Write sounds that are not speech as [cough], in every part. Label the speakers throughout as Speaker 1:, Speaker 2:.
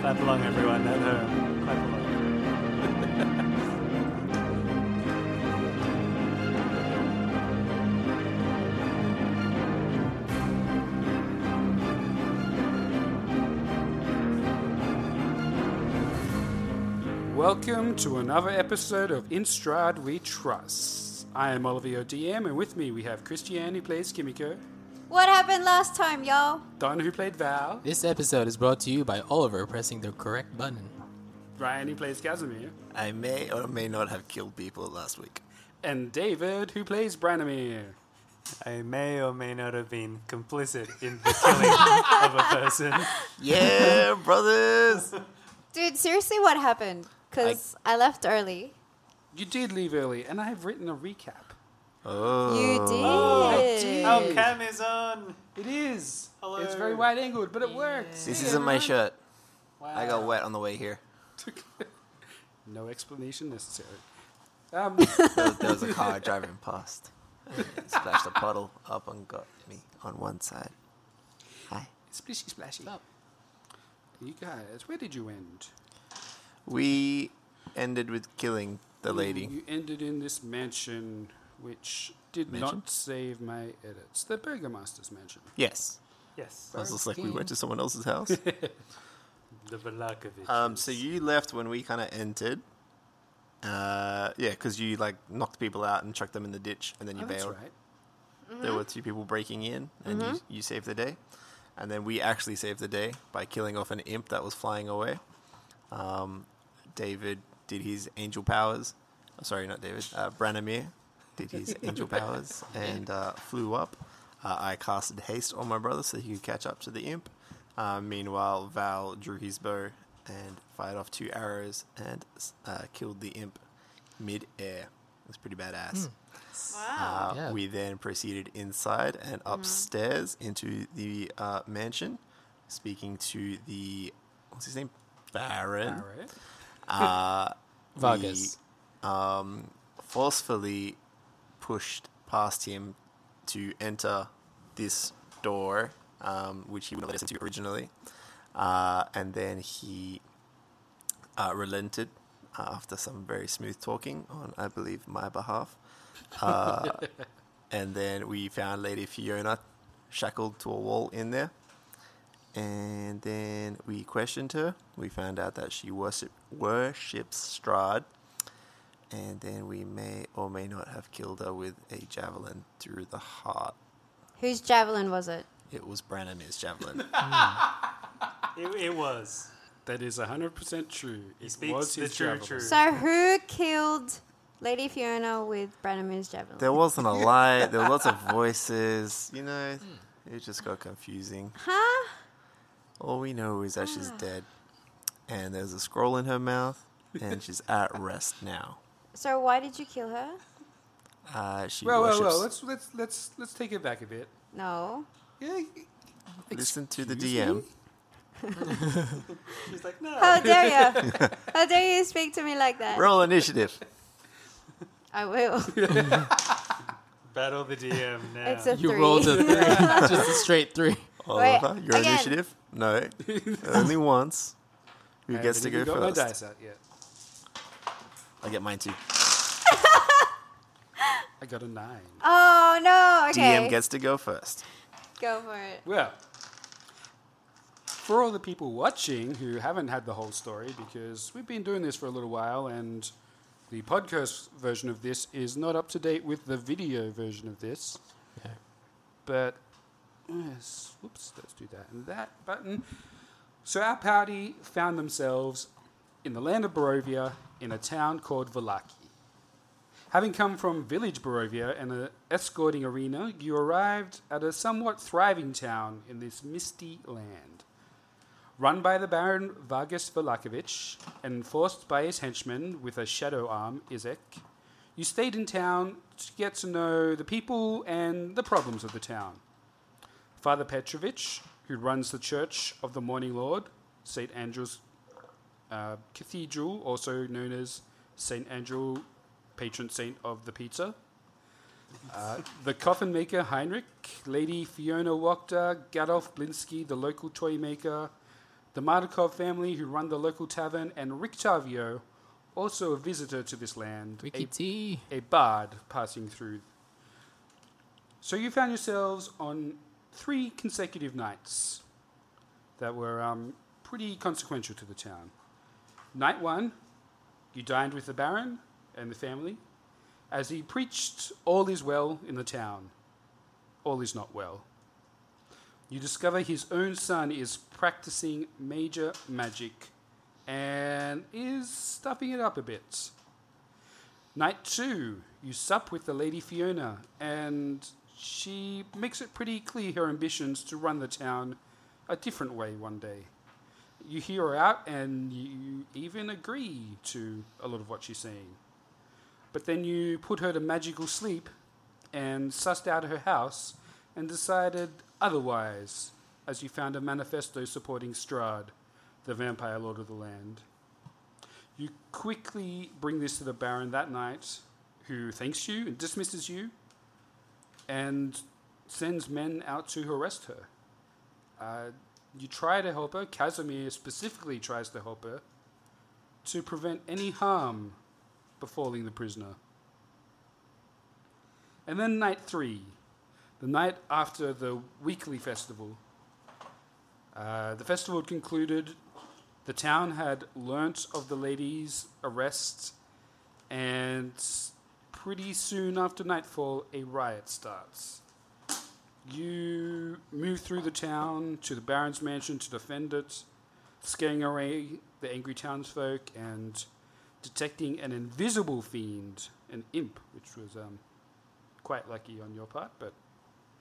Speaker 1: Clap along, everyone at home. Clap along.
Speaker 2: Welcome to another episode of Instrad We Trust. I am Oliver DM, and with me we have Christiane who plays Kimiko,
Speaker 3: What happened last time, y'all?
Speaker 2: Don who played Val,
Speaker 1: This episode is brought to you by Oliver pressing the correct button.
Speaker 2: Ryan who plays Casimir,
Speaker 4: I may or may not have killed people last week.
Speaker 2: and David who plays Branimir.
Speaker 1: I may or may not have been complicit in the killing of a person.
Speaker 4: [laughs] Yeah, brothers!
Speaker 3: Dude, seriously, what happened? Because I... left early.
Speaker 2: You did leave early, and I have written a recap.
Speaker 3: You did.
Speaker 1: Oh, Cam is on.
Speaker 2: It is. It's very wide angled, but it works.
Speaker 4: This
Speaker 2: Hey,
Speaker 4: isn't my
Speaker 2: everyone.
Speaker 4: shirt.
Speaker 2: Wow.
Speaker 4: I got wet on the way here.
Speaker 2: no explanation necessary. [laughs] Um,
Speaker 4: There was, there was a
Speaker 2: [laughs]
Speaker 4: car driving past. It splashed a puddle up and got me on one side. Hi.
Speaker 2: splishy splashy. Oh. You guys, where did you end?
Speaker 4: We ended with killing the lady.
Speaker 2: You ended in this mansion, which did
Speaker 4: Mansion?
Speaker 2: not save my edits. The Burgomaster's mansion.
Speaker 4: Yes.
Speaker 1: Yes,
Speaker 4: I was just like, we went to someone
Speaker 2: [laughs]
Speaker 4: else's house.
Speaker 1: the Velakovich.
Speaker 4: Um, so you left when we kind of entered. Uh, yeah, because you like knocked people out and chucked them in the ditch, and then you
Speaker 2: Oh, that's
Speaker 4: bailed.
Speaker 2: right.
Speaker 4: There were two people breaking in, and you, you saved the day. And then we actually saved the day by killing off an imp that was flying away. Um, David did his angel powers. oh, sorry, not David. Uh, Branimir did his angel powers and uh, flew up. Uh, I casted haste on my brother so he could catch up to the imp. Uh, meanwhile, Val drew his bow and fired off two arrows and uh, killed the imp mid air. It was pretty badass. Uh,
Speaker 1: Yeah.
Speaker 4: We then proceeded inside and upstairs into the uh, mansion, speaking to the what's his name, Baron.
Speaker 2: All right.
Speaker 1: Vargas.
Speaker 4: Forcefully pushed past him to enter this door, um, which he would not let us into originally, uh, and then he uh, relented uh, after some very smooth talking on, I believe, my behalf. Uh, And then we found Lady Fiona shackled to a wall in there. And then we questioned her. We found out that she worship, worships Strahd. And then we may or may not have killed her with a javelin through the heart.
Speaker 3: Whose javelin was it?
Speaker 4: It was Branimir's javelin.
Speaker 1: it, it was.
Speaker 2: That is 100% true. It
Speaker 1: speaks
Speaker 2: was
Speaker 1: the
Speaker 2: his
Speaker 1: true
Speaker 2: travel.
Speaker 1: truth.
Speaker 3: So, who killed Lady Fiona with Branimir's javelin?
Speaker 4: [laughs] there wasn't a light. There were lots of voices. You know,
Speaker 2: Hmm.
Speaker 4: it just got confusing.
Speaker 3: Huh? Ah.
Speaker 4: All we know is that she's dead. And there's a scroll in her mouth. And she's at rest now.
Speaker 3: So, why did you kill her?
Speaker 4: Uh, she
Speaker 2: Well, well,
Speaker 4: worships.
Speaker 2: well. Let's let's let's let's take it back a bit.
Speaker 3: No.
Speaker 2: Yeah.
Speaker 4: Listen to the
Speaker 2: Excuse
Speaker 4: DM.
Speaker 2: me?
Speaker 1: She's like, no.
Speaker 3: How dare you? How dare you
Speaker 2: [laughs]
Speaker 3: speak to me like that?
Speaker 4: Roll initiative.
Speaker 3: I will.
Speaker 1: Battle the DM now.
Speaker 3: It's a
Speaker 5: You
Speaker 3: three.
Speaker 5: rolled a three, [laughs] just a straight three.
Speaker 4: Oliver, your
Speaker 3: again.
Speaker 4: initiative?
Speaker 2: [laughs]
Speaker 4: No. Only once. Who
Speaker 2: I
Speaker 4: gets to go
Speaker 2: haven't even got my
Speaker 4: first?
Speaker 2: dice out yet.
Speaker 4: I get mine too.
Speaker 2: I got a nine.
Speaker 3: [laughs] oh no. Okay.
Speaker 4: DM gets to go first.
Speaker 3: Go for it.
Speaker 2: Well, for all the people watching who haven't had the whole story, because we've been doing this for a little while and the podcast version of this is not up to date with the video version of this. But, yes, whoops, let's do that and that button. So, our party found themselves in the land of Barovia in a town called Valaki. Having come from village Barovia and an escorting arena, you arrived at a somewhat thriving town in this misty land. Run by the Baron Vargas Velakovich and forced by his henchman with a shadow arm, Izek, you stayed in town to get to know the people and the problems of the town. Father Petrovich, who runs the Church of the Morning Lord, St. Andrew's uh, Cathedral, also known as St. Andrew, patron saint of the pizza. Uh, the coffin maker Heinrich, Lady Fiona Wachter, Gadolf Blinsky, the local toy maker, the Mardikov family who run the local tavern, and Rick Tavio, also a visitor to this land, a-
Speaker 5: Wiki T.
Speaker 2: a bard passing through. So you found yourselves on three consecutive nights that were um, pretty consequential to the town. Night one, you dined with the Baron and the family as he preached, All is well in the town. All is not well. You discover his own son is practicing major magic and is stuffing it up a bit. Night two, you sup with the Lady Fiona, and she makes it pretty clear her ambitions to run the town a different way one day. You hear her out, and you even agree to a lot of what she's saying. But then you put her to magical sleep and sussed out her house and decided otherwise as you found a manifesto supporting Strahd, the vampire lord of the land. You quickly bring this to the Baron that night, who thanks you and dismisses you, and sends men out to arrest her. Uh, you try to help her, Casimir specifically tries to help her, to prevent any harm befalling the prisoner. And then night three, the night after the weekly festival. Uh, the festival had concluded the town had learnt of the lady's arrest, and pretty soon after nightfall, a riot starts. You move through the town to the Baron's mansion to defend it, scaring away the angry townsfolk and detecting an invisible fiend, an imp, which was um, quite lucky on your part, but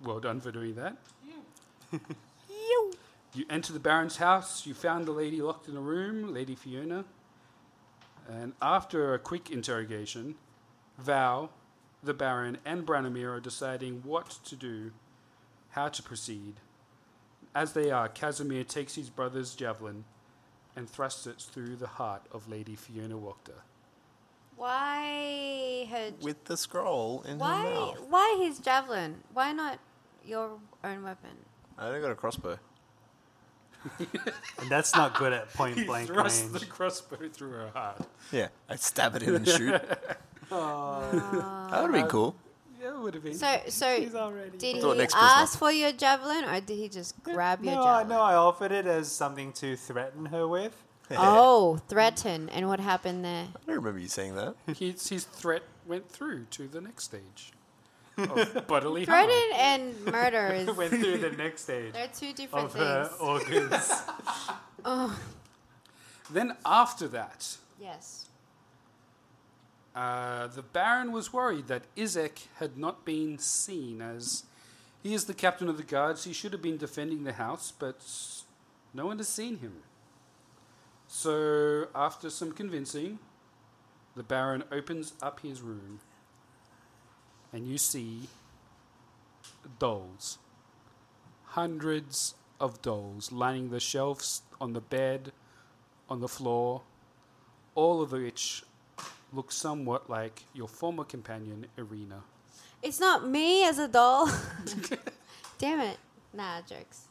Speaker 2: well done for doing that. You enter the Baron's house. You found the lady locked in a room, Lady Fiona. And after a quick interrogation, Val, the Baron, and Branimir are deciding what to do, how to proceed. As they are, Casimir takes his brother's javelin and thrusts it through the heart of Lady Fiona Wachter.
Speaker 3: Why her?
Speaker 4: With the scroll in her
Speaker 3: Why?
Speaker 4: mouth.
Speaker 3: Why his javelin? Why not your own weapon?
Speaker 4: I don't got a crossbow.
Speaker 1: and that's not good at [laughs] point
Speaker 2: He
Speaker 1: blank
Speaker 2: thrusts
Speaker 1: range.
Speaker 2: the crossbow through her heart.
Speaker 4: Yeah. I stab it in and shoot. [laughs] that would have been cool.
Speaker 2: Yeah, it would have been.
Speaker 3: So, so
Speaker 1: [laughs] already-
Speaker 3: did
Speaker 4: Thought
Speaker 3: he
Speaker 4: next prisoner.
Speaker 3: ask for your javelin, or did he just grab your
Speaker 1: no, I,
Speaker 3: javelin?
Speaker 1: no, I offered it as something to threaten her with. [laughs]
Speaker 3: Oh, threaten! And what happened there?
Speaker 4: I don't remember you saying that.
Speaker 2: his, his threat went through to the next stage of bodily harm.
Speaker 3: Threaten and
Speaker 1: [laughs]
Speaker 3: murder is
Speaker 1: Went through the next stage
Speaker 3: they're two [laughs] different
Speaker 1: of her
Speaker 3: things.
Speaker 1: organs.
Speaker 3: [laughs]
Speaker 1: [laughs]
Speaker 2: Then after that,
Speaker 3: Yes.
Speaker 2: uh, the Baron was worried that Izek had not been seen, as he is the captain of the guards. He should have been defending the house, but no one has seen him. So, after some convincing, the Baron opens up his room, and you see dolls. Hundreds of dolls lining the shelves, on the bed, on the floor, all of which look somewhat like your former companion, Irina.
Speaker 3: It's not me as a
Speaker 1: [laughs]
Speaker 3: doll. [laughs] Damn it. Nah, jokes.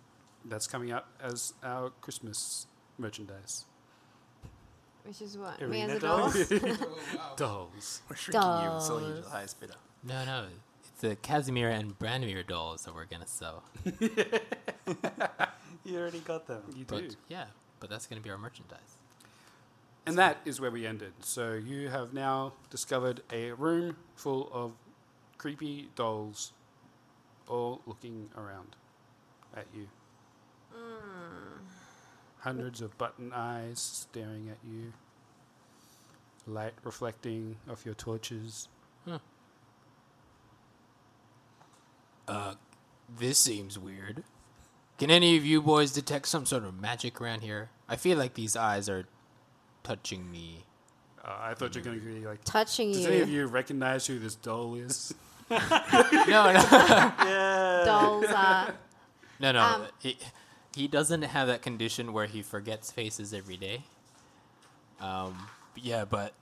Speaker 2: That's coming up as our Christmas merchandise.
Speaker 3: Which is what? me as
Speaker 1: Arena
Speaker 3: a doll?
Speaker 1: dolls. dolls.
Speaker 4: We're shrinking you and selling you to the
Speaker 3: Dolls.
Speaker 4: highest bidder.
Speaker 5: No, no. It's the Casimir and Branimir dolls that we're going to sell.
Speaker 1: You already got them.
Speaker 2: You do.
Speaker 5: But yeah, but that's going to be our merchandise.
Speaker 2: And that is where we ended. So you have now discovered a room full of creepy dolls all looking around at you. Hundreds of button eyes staring at you. Light reflecting off your torches.
Speaker 5: This seems weird. Can any of you boys detect some sort of magic around here? I feel like these eyes are touching me.
Speaker 2: Uh, I thought you were going to be like,
Speaker 3: [laughs] Touching
Speaker 2: does any of
Speaker 3: you.
Speaker 2: you recognize who this doll [laughs] is?
Speaker 5: No, no,
Speaker 3: Dolls are.
Speaker 5: no, no. he, he doesn't have that condition where he forgets faces every day. Um, yeah, but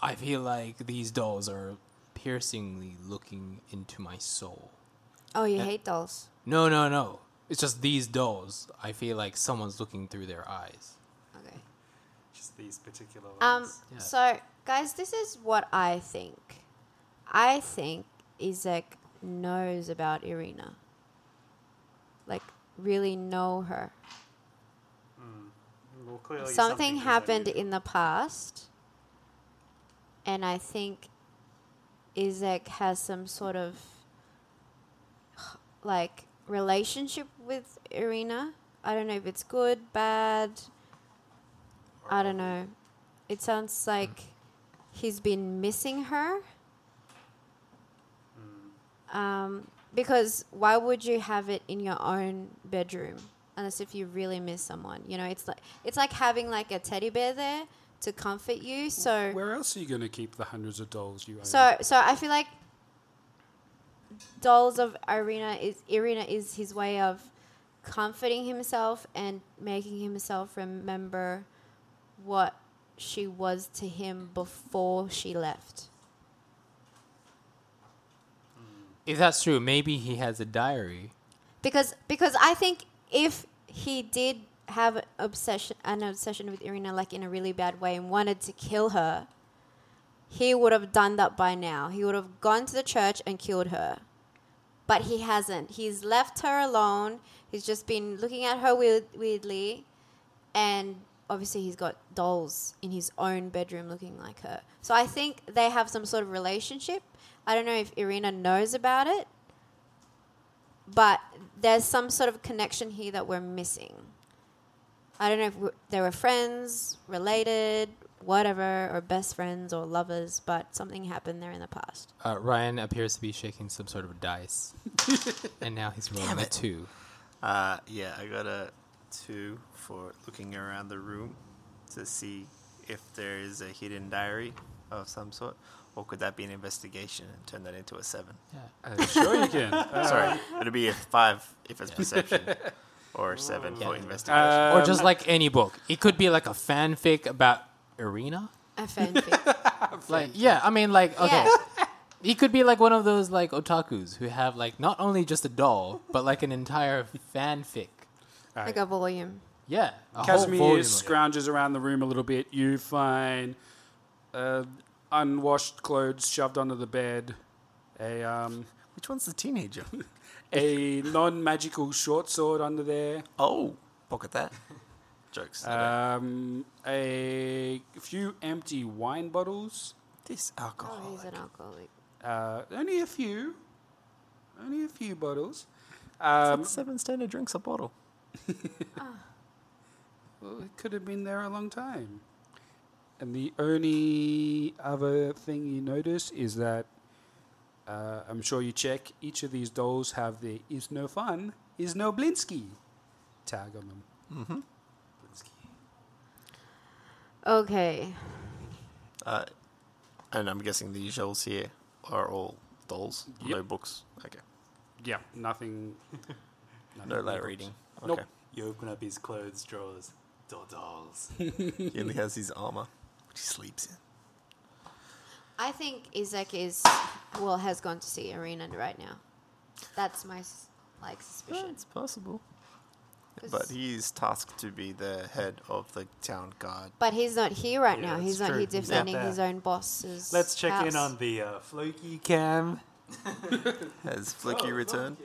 Speaker 5: I feel like these dolls are piercingly looking into my soul.
Speaker 3: Oh, you hate dolls.
Speaker 5: No, no, no. It's just these dolls. I feel like someone's looking through their eyes.
Speaker 3: Okay.
Speaker 1: Just these particular ones.
Speaker 3: Um,
Speaker 5: Yeah.
Speaker 3: So, guys, this is what I think. I think Isaac knows about Irina. Like, really know her.
Speaker 1: Well, clearly
Speaker 3: Something
Speaker 1: is
Speaker 3: happened
Speaker 1: unusual.
Speaker 3: in the past, and I think Isaac has some sort of like relationship with Irina. I don't know if it's good, bad. I don't know. It sounds like he's been missing her. Um, because why would you have it in your own bedroom unless if you really miss someone? You know, it's like it's like having like a teddy bear there to comfort you. So
Speaker 2: Where else are you going to keep the hundreds of dolls you own?
Speaker 3: so so I feel like Dolls of Irina is Irina is his way of comforting himself and making himself remember what she was to him before she left.
Speaker 5: If that's true, maybe he has a diary.
Speaker 3: Because because I think if he did have an obsession an obsession with Irina like in a really bad way and wanted to kill her, he would have done that by now. He would have gone to the church and killed her. But he hasn't. He's left her alone. He's just been looking at her weird, weirdly and obviously he's got dolls in his own bedroom looking like her. So I think they have some sort of relationship. I don't know if Irina knows about it, but there's some sort of connection here that we're missing. I don't know if we they were friends, related, whatever, or best friends or lovers, but something happened there in the past.
Speaker 5: Uh, Ryan appears to be shaking some sort of dice, and now he's rolling a two.
Speaker 4: Uh, yeah, I got a two for looking around the room to see if there is a hidden diary of some sort, or could that be an investigation and turn that into a seven?
Speaker 2: Uh, sure you can. Uh,
Speaker 4: Sorry, it'd be a five if it's perception,
Speaker 5: [laughs]
Speaker 4: or a seven
Speaker 5: Yeah.
Speaker 4: for investigation.
Speaker 5: or just like any book, it could be like a fanfic about Arena.
Speaker 3: A
Speaker 1: [laughs]
Speaker 3: fanfic.
Speaker 5: Like, yeah, I mean, like, okay,
Speaker 3: yeah.
Speaker 5: he could be like one of those like otaku's who have like not only just a doll but like an entire fanfic.
Speaker 3: Like a volume.
Speaker 5: Yeah, a
Speaker 2: Casimir
Speaker 5: whole volume. of it.
Speaker 2: scrounges around the room a little bit. You find uh, unwashed clothes shoved under the bed, a um,
Speaker 4: Which one's the teenager?
Speaker 2: a non-magical short sword under there,
Speaker 4: [laughs] oh, pocket that. [laughs] Uh, Jokes.
Speaker 2: um, a few empty wine bottles,
Speaker 4: this
Speaker 3: Oh,
Speaker 4: alcohol.
Speaker 3: he's an alcoholic.
Speaker 2: uh, only a few, only a few bottles. Um,
Speaker 4: seven standard drinks a bottle.
Speaker 2: Well, it could have been there a long time. And the only other thing you notice is that uh, I'm sure you check each of these dolls have the "is no fun, is no Blinsky" tag on them.
Speaker 3: Okay.
Speaker 4: And I'm guessing the usuals here are all dolls, no books. Okay,
Speaker 2: Yeah, nothing.
Speaker 4: no light reading. Okay.
Speaker 2: Nope.
Speaker 1: You open up his clothes drawers. Doll dolls.
Speaker 4: He only has his armor, which he sleeps in.
Speaker 3: I think Isaac is well has gone to see Arena right now. That's my s- like suspicion.
Speaker 4: It's possible.
Speaker 3: 'Cause-
Speaker 4: But he's tasked to be the head of the town
Speaker 5: [laughs]
Speaker 4: guard.
Speaker 3: but he's not here right
Speaker 1: Yeah,
Speaker 3: now. He's
Speaker 1: that's
Speaker 3: not here
Speaker 1: true. He's not
Speaker 3: defending
Speaker 1: there.
Speaker 3: his own boss's.
Speaker 1: Let's check
Speaker 3: house.
Speaker 1: in on the uh, Floki cam. [laughs]
Speaker 4: Has
Speaker 3: Oh,
Speaker 4: Flicky returned?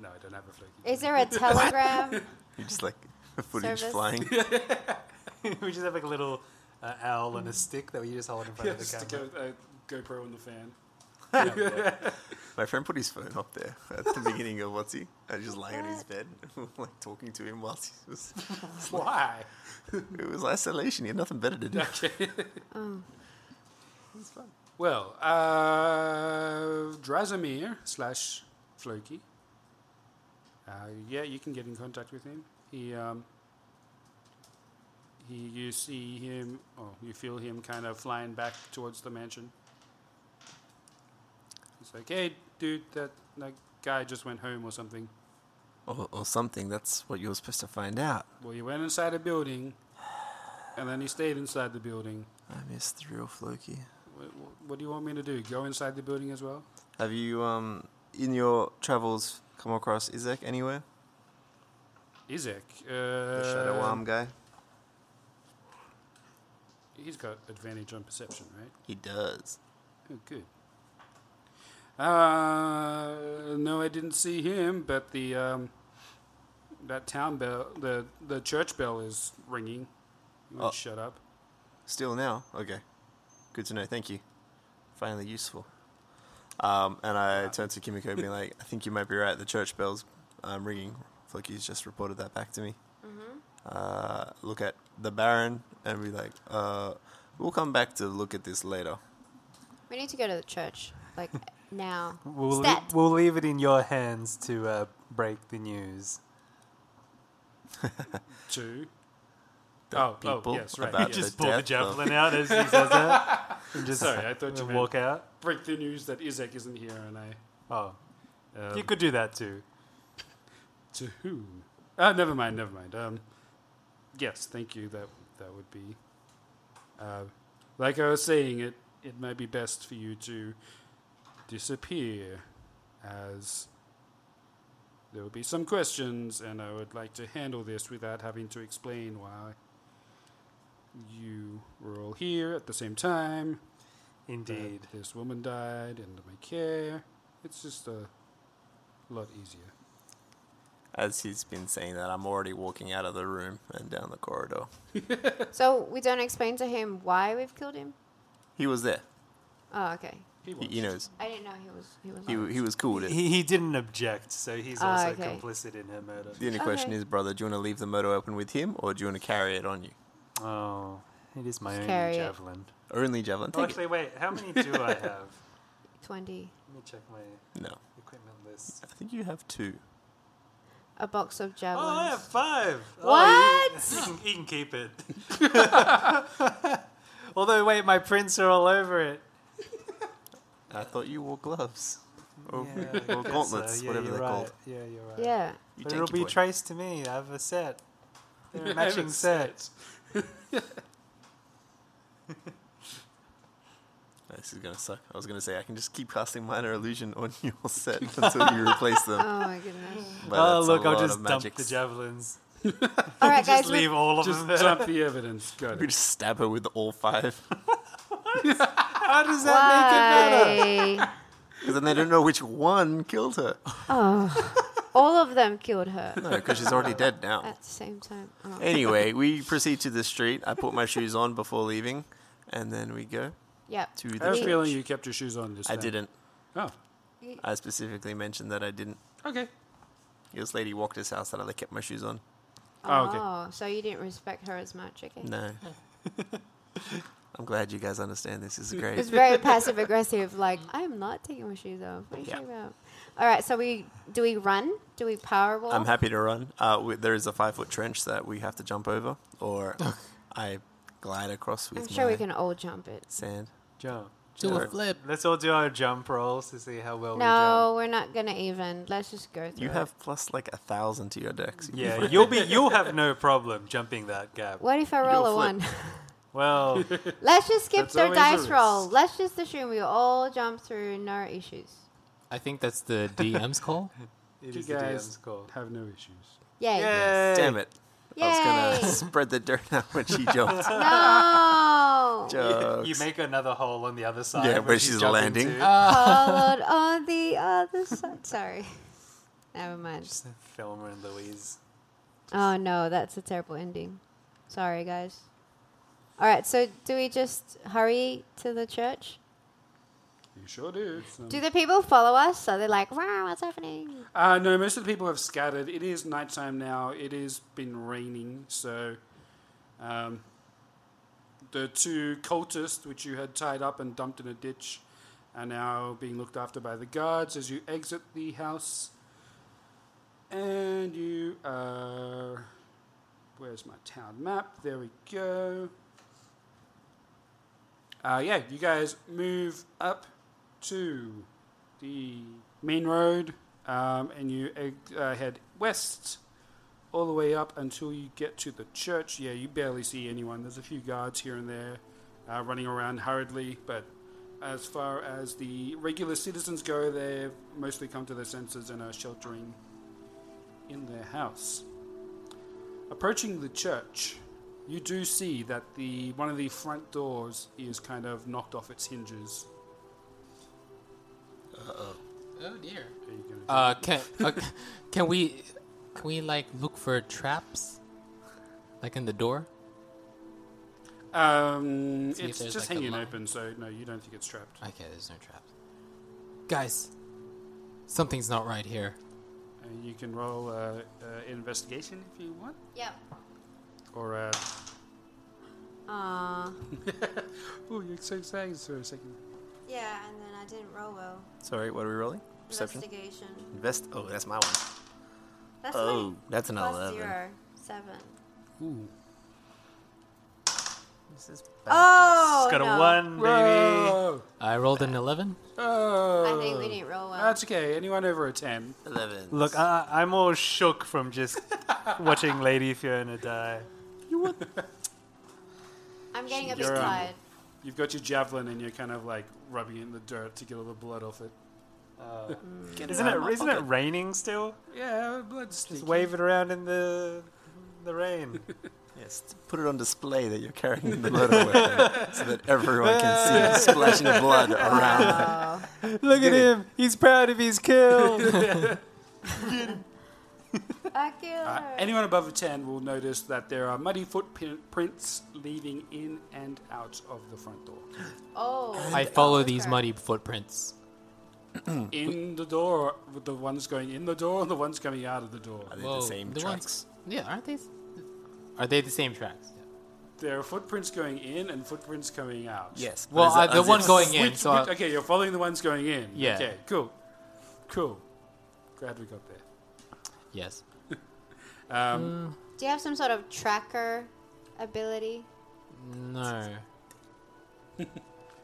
Speaker 2: No, I don't have a flaky.
Speaker 3: Is there
Speaker 1: [laughs]
Speaker 3: a telegram?
Speaker 4: You just like [laughs] footage
Speaker 3: Service. [laughs]
Speaker 4: flying.
Speaker 1: we just have like a little uh, owl
Speaker 3: Mm.
Speaker 1: and a stick that we just hold in front of the
Speaker 2: Just
Speaker 1: camera.
Speaker 2: stick a, a GoPro on the fan.
Speaker 4: My friend put his phone up there at
Speaker 3: [laughs]
Speaker 4: the beginning of what's he? And just lying on his bed, [laughs] like talking to him whilst he was.
Speaker 2: [laughs] Why?
Speaker 4: It was isolation. He had nothing better to do.
Speaker 2: Well, uh, Drazimir slash Floki. Uh, yeah, you can get in contact with him. He, um, he, you see him, or you feel him kind of flying back towards the mansion. He's like, "Hey, dude, that, that guy just went home or something.
Speaker 4: Or, or something. That's what you were supposed to find out.
Speaker 2: Well, he went inside a building, and then he stayed inside the building.
Speaker 4: I miss the real Floki.
Speaker 2: What, what do you want me to do? Go inside the building as well?"
Speaker 4: Have you, um, in your travels, come across Izek anywhere?
Speaker 2: Izek, uh,
Speaker 4: The Shadow Arm guy?
Speaker 2: He's got advantage on perception, right?
Speaker 4: He does.
Speaker 2: Oh, good. Uh, no, I didn't see him, but the um, that town bell, the the church bell is ringing. You won't
Speaker 4: Oh.
Speaker 2: shut up.
Speaker 4: Still now? Okay. Good to know. Thank you. Finally useful. Um, and I turned to Kimiko, being like, I think you might be right. The church bell's um, ringing. Flicky's just reported that back to me.
Speaker 2: Mm-hmm.
Speaker 4: Uh, look at the Baron and be like, uh, we'll come back to look at this later.
Speaker 3: we need to go to the church like now.
Speaker 1: We'll,
Speaker 3: Stat.
Speaker 1: we'll leave it in your hands to uh, break the news.
Speaker 2: Two. Oh, oh,
Speaker 4: people
Speaker 2: yes, right.
Speaker 4: about
Speaker 2: yes.
Speaker 4: the
Speaker 1: Just pull the
Speaker 4: death of-
Speaker 1: javelin out as he says that.
Speaker 2: [laughs]
Speaker 1: And just
Speaker 2: Sorry, I thought you meant-
Speaker 1: walk out.
Speaker 2: break the news that Izek isn't here, and I
Speaker 1: Oh,
Speaker 2: um,
Speaker 1: you could do that too.
Speaker 2: to whom? Ah, never mind, never mind. Um, yes, thank you. That that would be. Uh, like I was saying, it it might be best for you to disappear, as there will be some questions, and I would like to handle this without having to explain why you were all here at the same time. that
Speaker 1: Indeed.
Speaker 2: this woman died, and my care. It's just a lot easier.
Speaker 4: As he's been saying that, I'm already walking out of the room and down the corridor.
Speaker 3: So we don't explain to him why we've killed him.
Speaker 4: He was there.
Speaker 3: Oh, okay.
Speaker 2: He
Speaker 4: He,
Speaker 2: was.
Speaker 4: he knows.
Speaker 3: I didn't know he was. He was.
Speaker 4: He,
Speaker 3: on.
Speaker 4: he was cool with it.
Speaker 1: He, he didn't object, so he's
Speaker 3: Ah,
Speaker 1: also
Speaker 3: okay.
Speaker 1: complicit in her murder.
Speaker 4: The only question
Speaker 3: Okay.
Speaker 4: is, brother, do you want to leave the motor open with him or do you want to carry it on you?
Speaker 1: Oh, it is my
Speaker 3: Just
Speaker 1: own
Speaker 3: carry it.
Speaker 1: javelin.
Speaker 4: Only javelin.
Speaker 1: Oh,
Speaker 4: Take
Speaker 1: actually, wait, how many do I have? [laughs] Let
Speaker 3: Twenty.
Speaker 1: me check my
Speaker 4: it. No,
Speaker 1: equipment list.
Speaker 4: I think you have two.
Speaker 3: A box of
Speaker 1: Oh, I
Speaker 3: javelins.
Speaker 1: have five. Oh,
Speaker 3: What?
Speaker 1: you, you can, you can keep [laughs] it. Although, wait, my prints are all over it.
Speaker 4: I thought you wore gloves or, [laughs]
Speaker 1: Yeah, I
Speaker 4: or
Speaker 1: guess
Speaker 4: gauntlets,
Speaker 1: so. Yeah,
Speaker 4: whatever
Speaker 1: you're
Speaker 4: they're
Speaker 1: right.
Speaker 4: called.
Speaker 1: Yeah, you're right.
Speaker 3: yeah.
Speaker 4: You
Speaker 1: But it'll
Speaker 4: tanky
Speaker 1: be
Speaker 4: boy.
Speaker 1: traced to me. I have a set. They're a
Speaker 2: I have a
Speaker 1: matching set.
Speaker 4: this is gonna suck. I was gonna say I can just keep casting minor illusion on [laughs] your set until you replace
Speaker 1: [laughs]
Speaker 4: them.
Speaker 3: Oh my goodness.
Speaker 4: But
Speaker 1: oh,
Speaker 4: that's a
Speaker 1: look, I'll
Speaker 4: lot of
Speaker 1: just dump the
Speaker 4: magics.
Speaker 1: javelins.
Speaker 3: All right,
Speaker 1: Just
Speaker 3: guys. we-
Speaker 1: leave all of
Speaker 2: Just
Speaker 1: them.
Speaker 2: dump the evidence. Got
Speaker 4: We
Speaker 2: it.
Speaker 4: just stab her with all five [laughs]
Speaker 1: How does that
Speaker 3: Why?
Speaker 4: because then they don't know which one killed her.
Speaker 3: all of them killed her
Speaker 6: [laughs]
Speaker 4: No, because she's already dead now.
Speaker 3: at the same time. Oh.
Speaker 4: Anyway, we proceed to the street. I put my shoes on before leaving, and then we go
Speaker 3: Yep.
Speaker 4: to the
Speaker 2: I have a
Speaker 4: church.
Speaker 2: feeling you kept your shoes on this
Speaker 4: I
Speaker 2: time.
Speaker 4: didn't.
Speaker 2: Oh,
Speaker 4: I specifically mentioned that I didn't.
Speaker 2: okay.
Speaker 4: This lady walked this house that I kept my shoes on.
Speaker 2: Oh, okay.
Speaker 3: Oh, so you didn't respect her as much, okay?
Speaker 4: No. I'm glad you guys understand this. This is great.
Speaker 3: It's very passive aggressive. Like I am not taking my shoes off. What are you
Speaker 4: Yeah.
Speaker 3: talking about? All right. So we do we run? Do we power walk?
Speaker 4: I'm happy to run. Uh, we, there is a five foot trench that we have to jump over, or I glide across with
Speaker 3: I'm sure we
Speaker 4: my
Speaker 3: can all jump it.
Speaker 4: sand.
Speaker 1: Jump.
Speaker 5: Do
Speaker 4: Sure.
Speaker 5: a flip.
Speaker 1: Let's all do our jump rolls to see how well
Speaker 3: No, we're not gonna even. Let's just go through.
Speaker 4: You
Speaker 3: it.
Speaker 4: have plus like a thousand to your decks.
Speaker 1: we jump. Yeah, you'll be you'll have no problem jumping that gap.
Speaker 3: What if I roll a
Speaker 4: flip.
Speaker 3: one? [laughs]
Speaker 1: Well,
Speaker 3: Let's just skip
Speaker 2: That's
Speaker 3: their
Speaker 2: always a
Speaker 3: dice
Speaker 2: risk.
Speaker 3: roll. Let's just assume we all jump through, no issues.
Speaker 5: I think that's the DM's call.
Speaker 1: it
Speaker 2: You
Speaker 1: is the DM's
Speaker 2: guys
Speaker 1: call.
Speaker 2: have no issues.
Speaker 3: Yay.
Speaker 4: Damn it. I was
Speaker 3: Yay.
Speaker 6: [laughs]
Speaker 4: gonna spread the dirt out when she jumped.
Speaker 3: No.
Speaker 4: Jokes.
Speaker 1: You make another hole on the other side.
Speaker 4: Yeah,
Speaker 1: where
Speaker 4: where she's
Speaker 1: jumping
Speaker 4: landing.
Speaker 1: to.
Speaker 3: Uh. Followed on the other side. Sorry. [laughs] Never mind.
Speaker 1: Just Thelma and Louise.
Speaker 3: Oh no, that's a terrible ending. Sorry, guys. All right, so do we just hurry to the church?
Speaker 2: You sure do. So-
Speaker 3: Do the people follow us? Are they like, wow, what's happening?
Speaker 2: Uh, no, most of the people have scattered. It is nighttime now. It has been raining, so um, the two cultists, which you had tied up and dumped in a ditch, are now being looked after by the guards as you exit the house. And you are. Where's my town map? There we go. Uh, yeah, you guys move up to the main road, um, and you eg- uh, head west all the way up until you get to the church. Yeah, you barely see anyone. There's a few guards here and there uh, running around hurriedly, but as far as the regular citizens go, they've mostly come to their senses and are sheltering in their house. Approaching the church, you do see that the one of the front doors is kind of knocked off its hinges.
Speaker 5: Oh dear.
Speaker 2: Are you gonna-
Speaker 5: Uh, can uh, can we can we like look for traps, like in the door?
Speaker 2: Um,
Speaker 5: See if
Speaker 2: it's
Speaker 5: there's,
Speaker 2: just
Speaker 5: like, a
Speaker 2: hanging
Speaker 5: line.
Speaker 2: open, so no, you don't think it's trapped.
Speaker 5: Okay, there's no traps. Guys, something's not right here.
Speaker 2: Uh, you can roll uh, uh, investigation if you want,
Speaker 3: Yep.
Speaker 2: or uh,
Speaker 3: Aw.
Speaker 2: oh, you're so excited for a second.
Speaker 3: Yeah, and then I didn't roll well.
Speaker 4: Sorry, what are we rolling? Perception.
Speaker 3: Investigation.
Speaker 4: Invest. Oh, that's my one.
Speaker 3: That's
Speaker 4: Oh, that's an
Speaker 3: plus
Speaker 4: eleven.
Speaker 3: zero. Seven.
Speaker 2: Ooh,
Speaker 4: This is bad.
Speaker 3: Oh,
Speaker 1: Got
Speaker 3: no.
Speaker 1: a one, baby.
Speaker 2: oh,
Speaker 5: I rolled an eleven.
Speaker 2: oh.
Speaker 3: I think we didn't roll well.
Speaker 2: That's okay. Anyone over a ten?
Speaker 4: eleven.
Speaker 1: Look, I, I'm all shook from just watching Lady Fiona die.
Speaker 3: I'm getting a bit
Speaker 2: You're, um,
Speaker 3: tired.
Speaker 2: You've got your javelin, and you're kind of like rubbing it in the dirt to get all the blood off it.
Speaker 4: Get
Speaker 1: Isn't
Speaker 4: out of
Speaker 1: it?
Speaker 4: my
Speaker 1: Isn't it
Speaker 4: pocket.
Speaker 1: raining still?
Speaker 2: Yeah, blood
Speaker 1: Just
Speaker 2: sticky.
Speaker 1: wave it around in the the rain.
Speaker 4: Yes, t- put it on display that you're carrying the blood away, so that everyone can see the splashing of blood around.
Speaker 1: [laughs] Look at him. He's proud of his kill.
Speaker 3: I killed
Speaker 2: Uh,
Speaker 3: her.
Speaker 2: anyone above a 10 will notice that there are muddy footprints leading in and out of the front door.
Speaker 3: oh.
Speaker 5: I follow these muddy footprints.
Speaker 2: In the door, with the ones going in the door and the ones coming out of the door.
Speaker 4: Are they the same tracks?
Speaker 5: Ones, yeah, aren't they? s- Are they the same tracks?
Speaker 2: There are footprints going in and footprints coming out.
Speaker 4: Yes. but
Speaker 5: Well,
Speaker 4: is it-
Speaker 5: uh, the
Speaker 4: is it
Speaker 5: one going
Speaker 4: s-
Speaker 5: in.
Speaker 2: Which-
Speaker 5: So I-
Speaker 2: which- okay, you're following the ones going in.
Speaker 5: Yeah.
Speaker 2: Okay, cool. Cool. Glad we got there.
Speaker 5: [laughs] yes.
Speaker 3: Do you have some sort of tracker ability?
Speaker 5: No.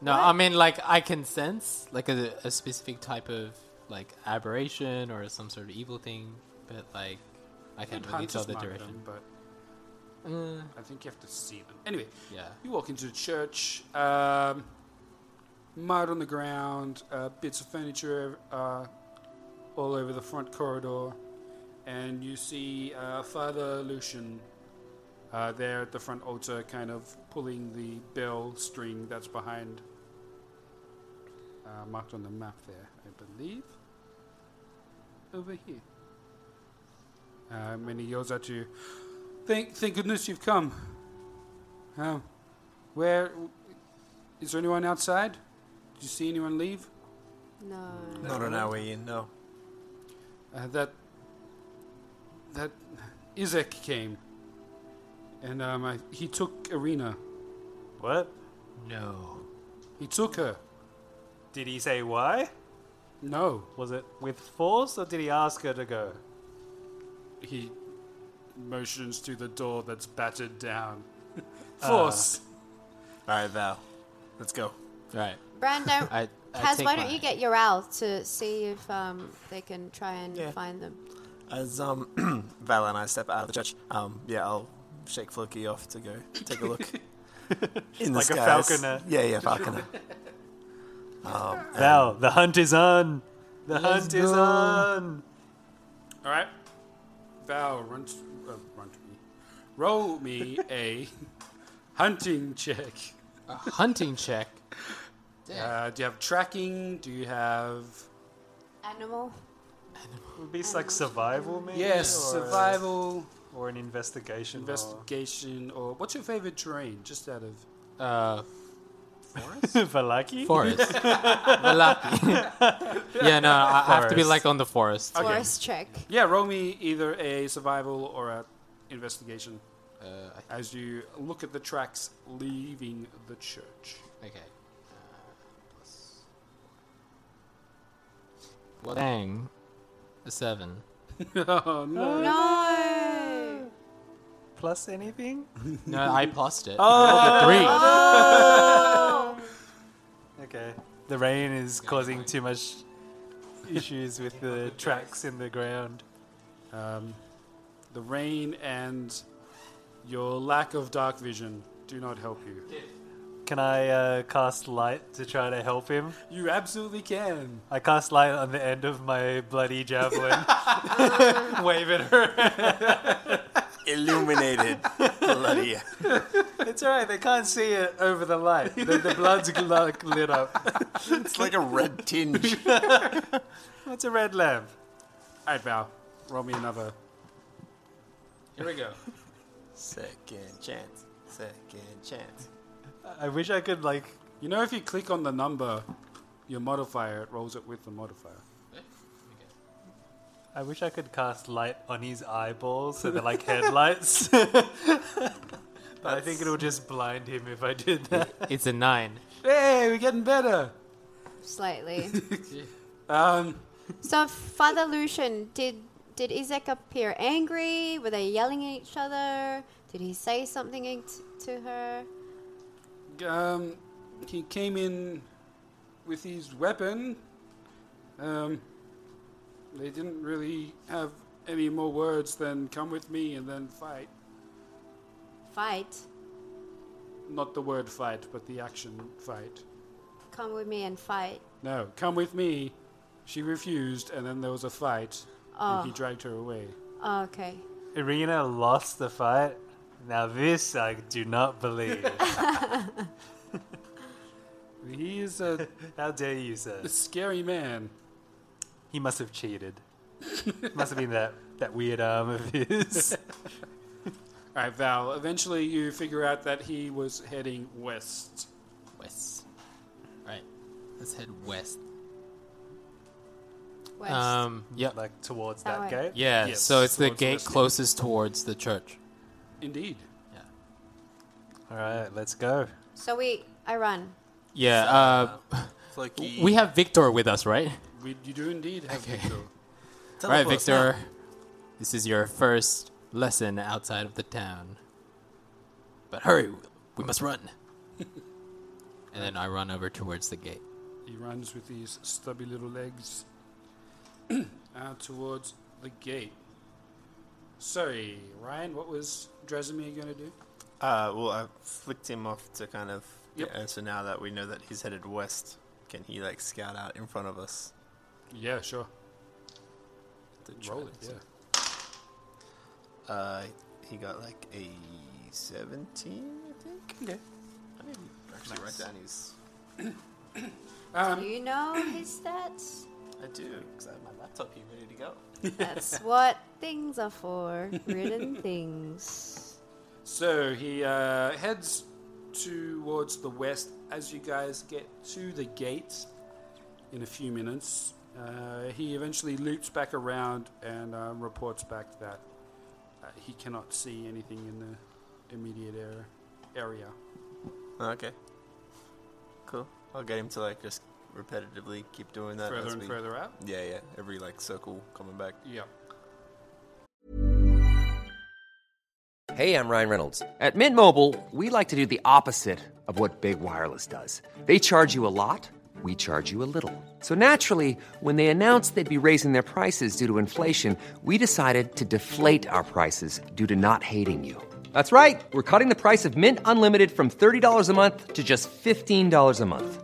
Speaker 5: no, I mean like I can sense like a, a specific type of like aberration or some sort of evil thing, but like I can't really tell
Speaker 2: Hunters
Speaker 5: the
Speaker 2: mark
Speaker 5: direction. Mm,
Speaker 2: them, but I think you have to see them. Anyway,
Speaker 5: Yeah.
Speaker 2: you walk into the church. Um, mud on the ground, uh, bits of furniture uh, all over the front corridor, and you see uh, Father Lucian uh, there at the front altar, kind of pulling the bell string that's behind, uh, marked on the map there, I believe. Over here. Um, and he yells at you, "Thank, thank goodness you've come. Um, where is there anyone outside? Did you see anyone leave?
Speaker 3: No.
Speaker 4: Not on our way in. No.
Speaker 2: Uh, that that Izek came, and um, I, he took Irina.
Speaker 1: what?
Speaker 5: No.
Speaker 2: He took her.
Speaker 1: Did he say why?
Speaker 2: No,
Speaker 1: Was it with force or did he ask her to go?
Speaker 2: he motions to the door that's battered down. [laughs] Uh, Force.
Speaker 4: All right, Val. Let's go.
Speaker 5: Right.
Speaker 3: Brando,
Speaker 5: I, I
Speaker 3: Kaz,
Speaker 5: take
Speaker 3: why don't
Speaker 5: my-
Speaker 3: you get your owl to see if um, they can try and
Speaker 4: Yeah.
Speaker 3: find them?
Speaker 4: As [clears throat] um, Val and I step out of the church, um, yeah, I'll shake Floki off to go take a look. in
Speaker 1: Like a
Speaker 4: the skies.
Speaker 1: falconer.
Speaker 4: Yeah, yeah, falconer.
Speaker 1: Val, the hunt is on. The hunt is on.
Speaker 2: All right. Val, run, t- uh, run to me. Roll me a [laughs] hunting check.
Speaker 5: A hunting check.
Speaker 2: Uh, do you have tracking? Do you have
Speaker 3: Animal.
Speaker 1: It would be like survival, maybe?
Speaker 2: yes
Speaker 1: or-
Speaker 2: survival,
Speaker 1: Or an investigation. or-
Speaker 2: investigation, or what's your favorite terrain? Just out of
Speaker 5: Uh,
Speaker 1: [laughs]
Speaker 5: [laughs]
Speaker 1: Valaki?
Speaker 5: forest. Malaki. [laughs] yeah, no, I, I have to be
Speaker 1: Forest.
Speaker 5: like on the forest.
Speaker 3: Forest check.
Speaker 2: yeah, roll me either a survival or a investigation.
Speaker 5: Uh,
Speaker 2: as you look at the tracks leaving the church. [laughs]
Speaker 5: Okay. Uh, plus. Dang. A seven.
Speaker 2: oh no!
Speaker 3: No.
Speaker 1: Plus anything?
Speaker 5: No, Uh, I plussed it. Oh, three.
Speaker 1: Okay. The rain is causing too much issues with the tracks in the ground.
Speaker 2: The rain and your lack of dark vision do not help you.
Speaker 1: Can I uh, cast light to try to help him?
Speaker 2: You absolutely can.
Speaker 1: I cast light on the end of my bloody javelin. [laughs] Wave it around. [laughs]
Speaker 4: Illuminated. Bloody hell.
Speaker 1: It's alright, they can't see it over the light. The, the [laughs] blood's gl- like, lit up.
Speaker 4: It's like a red
Speaker 1: [laughs]
Speaker 4: tinge.
Speaker 1: That's a red lamp.
Speaker 2: All right, Val, roll me another.
Speaker 5: Here we go.
Speaker 4: Second chance. Second chance.
Speaker 1: I wish I could, like,
Speaker 2: You know, if you click on the number, your modifier, it rolls it with the modifier.
Speaker 1: I wish I could cast light on his eyeballs so they're [laughs] like headlights. but I think it'll just blind him if I did that.
Speaker 5: It's a nine.
Speaker 2: Hey, we're getting better.
Speaker 3: Slightly.
Speaker 2: Um,
Speaker 3: so, Father Lucian, did did Isaac appear angry? Were they yelling at each other? Did he say something in- to her?
Speaker 2: um, he came in with his weapon. Um, they didn't really have any more words than come with me and then fight.
Speaker 3: Fight.
Speaker 2: Not the word fight, but the action fight.
Speaker 3: Come with me and fight.
Speaker 2: No, come with me. She refused, and then there was a fight, and he dragged her away.
Speaker 3: Oh, okay.
Speaker 1: [laughs] Irina lost the fight. Now this I do not [laughs] believe.
Speaker 2: He is a
Speaker 1: How dare you, sir? [laughs]
Speaker 2: scary man.
Speaker 1: He must have cheated. must have been that, that weird arm of [laughs] his.
Speaker 2: All right, Val. Eventually, you figure out that he was heading west.
Speaker 5: West. Alright. Let's head west.
Speaker 3: West.
Speaker 5: Um, yep.
Speaker 1: like towards
Speaker 3: That
Speaker 1: that,
Speaker 3: way.
Speaker 1: gate.
Speaker 5: Yeah,
Speaker 2: Yes,
Speaker 5: so it's the
Speaker 2: towards the
Speaker 5: gate
Speaker 2: west, yeah.
Speaker 5: closest towards the church.
Speaker 2: Indeed.
Speaker 1: Alright, let's go.
Speaker 3: so we, I run.
Speaker 5: Yeah, uh,
Speaker 4: It's like you
Speaker 5: we have Victor with us, right?
Speaker 2: We, you do indeed have
Speaker 5: Okay.
Speaker 2: Victor.
Speaker 5: All right, Victor. This is your first lesson outside of the town. But hurry, we must run. and then I run over towards the gate.
Speaker 2: He runs with his stubby little legs [clears throat] out towards the gate. Sorry, Ryan. What was Drasimir going to do?
Speaker 4: Uh, well, I flicked him off to kind of.
Speaker 2: Yep.
Speaker 4: And so now that we know that he's headed west, can he like scout out in front of us?
Speaker 2: Yeah, sure.
Speaker 4: To try
Speaker 2: Roll it.
Speaker 4: to-
Speaker 2: Yeah.
Speaker 4: Uh, he got like a 17, I think.
Speaker 2: Okay.
Speaker 4: I didn't actually write down his.
Speaker 3: Do you know his stats?
Speaker 4: I do, because I have my laptop here ready to go.
Speaker 3: That's what things are for. Written things.
Speaker 2: So he uh, heads towards the west as you guys get to the gate in a few minutes. Uh, he eventually loops back around and uh, reports back that uh, he cannot see anything in the immediate area. area.
Speaker 4: Okay. Cool. I'll get him to like just repetitively keep doing that.
Speaker 2: Further
Speaker 4: as
Speaker 2: and
Speaker 4: we-
Speaker 2: further out?
Speaker 4: Yeah, yeah. Every like circle coming back.
Speaker 2: Yeah.
Speaker 6: Hey, I'm Ryan Reynolds. At Mint Mobile, we like to do the opposite of what Big Wireless does. They charge you a lot, we charge you a little. So naturally, when they announced they'd be raising their prices due to inflation, we decided to deflate our prices due to not hating you. That's right. We're cutting the price of Mint Unlimited from $30 a month to just $15 a month.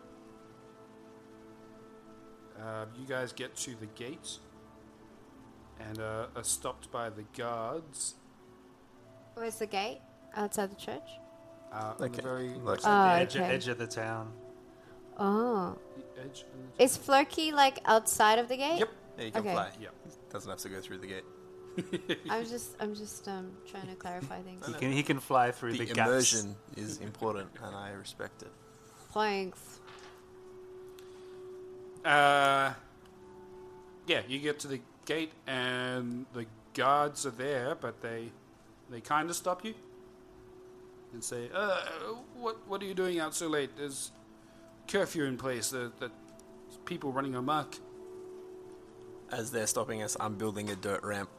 Speaker 2: Uh, you guys get to the gate and uh, are stopped by the guards
Speaker 3: Where's the gate? Outside the church?
Speaker 2: uh, on the
Speaker 4: Okay.
Speaker 2: very
Speaker 4: Looks-
Speaker 3: Oh,
Speaker 1: edge,
Speaker 3: okay.
Speaker 1: edge of the town.
Speaker 3: Oh.
Speaker 2: edge. of the-
Speaker 3: Is Flurky like outside of the gate?
Speaker 4: Yep. Yeah, you can
Speaker 3: Okay.
Speaker 4: fly.
Speaker 2: Yep.
Speaker 4: Doesn't have to go through the gate. [laughs]
Speaker 3: I'm just I'm just um trying to clarify things.
Speaker 1: He can, he can fly through
Speaker 4: The,
Speaker 1: the, gaps.
Speaker 4: immersion is important, and I respect it.
Speaker 3: Playing
Speaker 2: Uh, yeah, you get to the gate and the guards are there, but they they kind of stop you and say, "Uh, what what are you doing out so late? There's curfew in place. The, the people running amok."
Speaker 4: As they're stopping us, I'm building a dirt ramp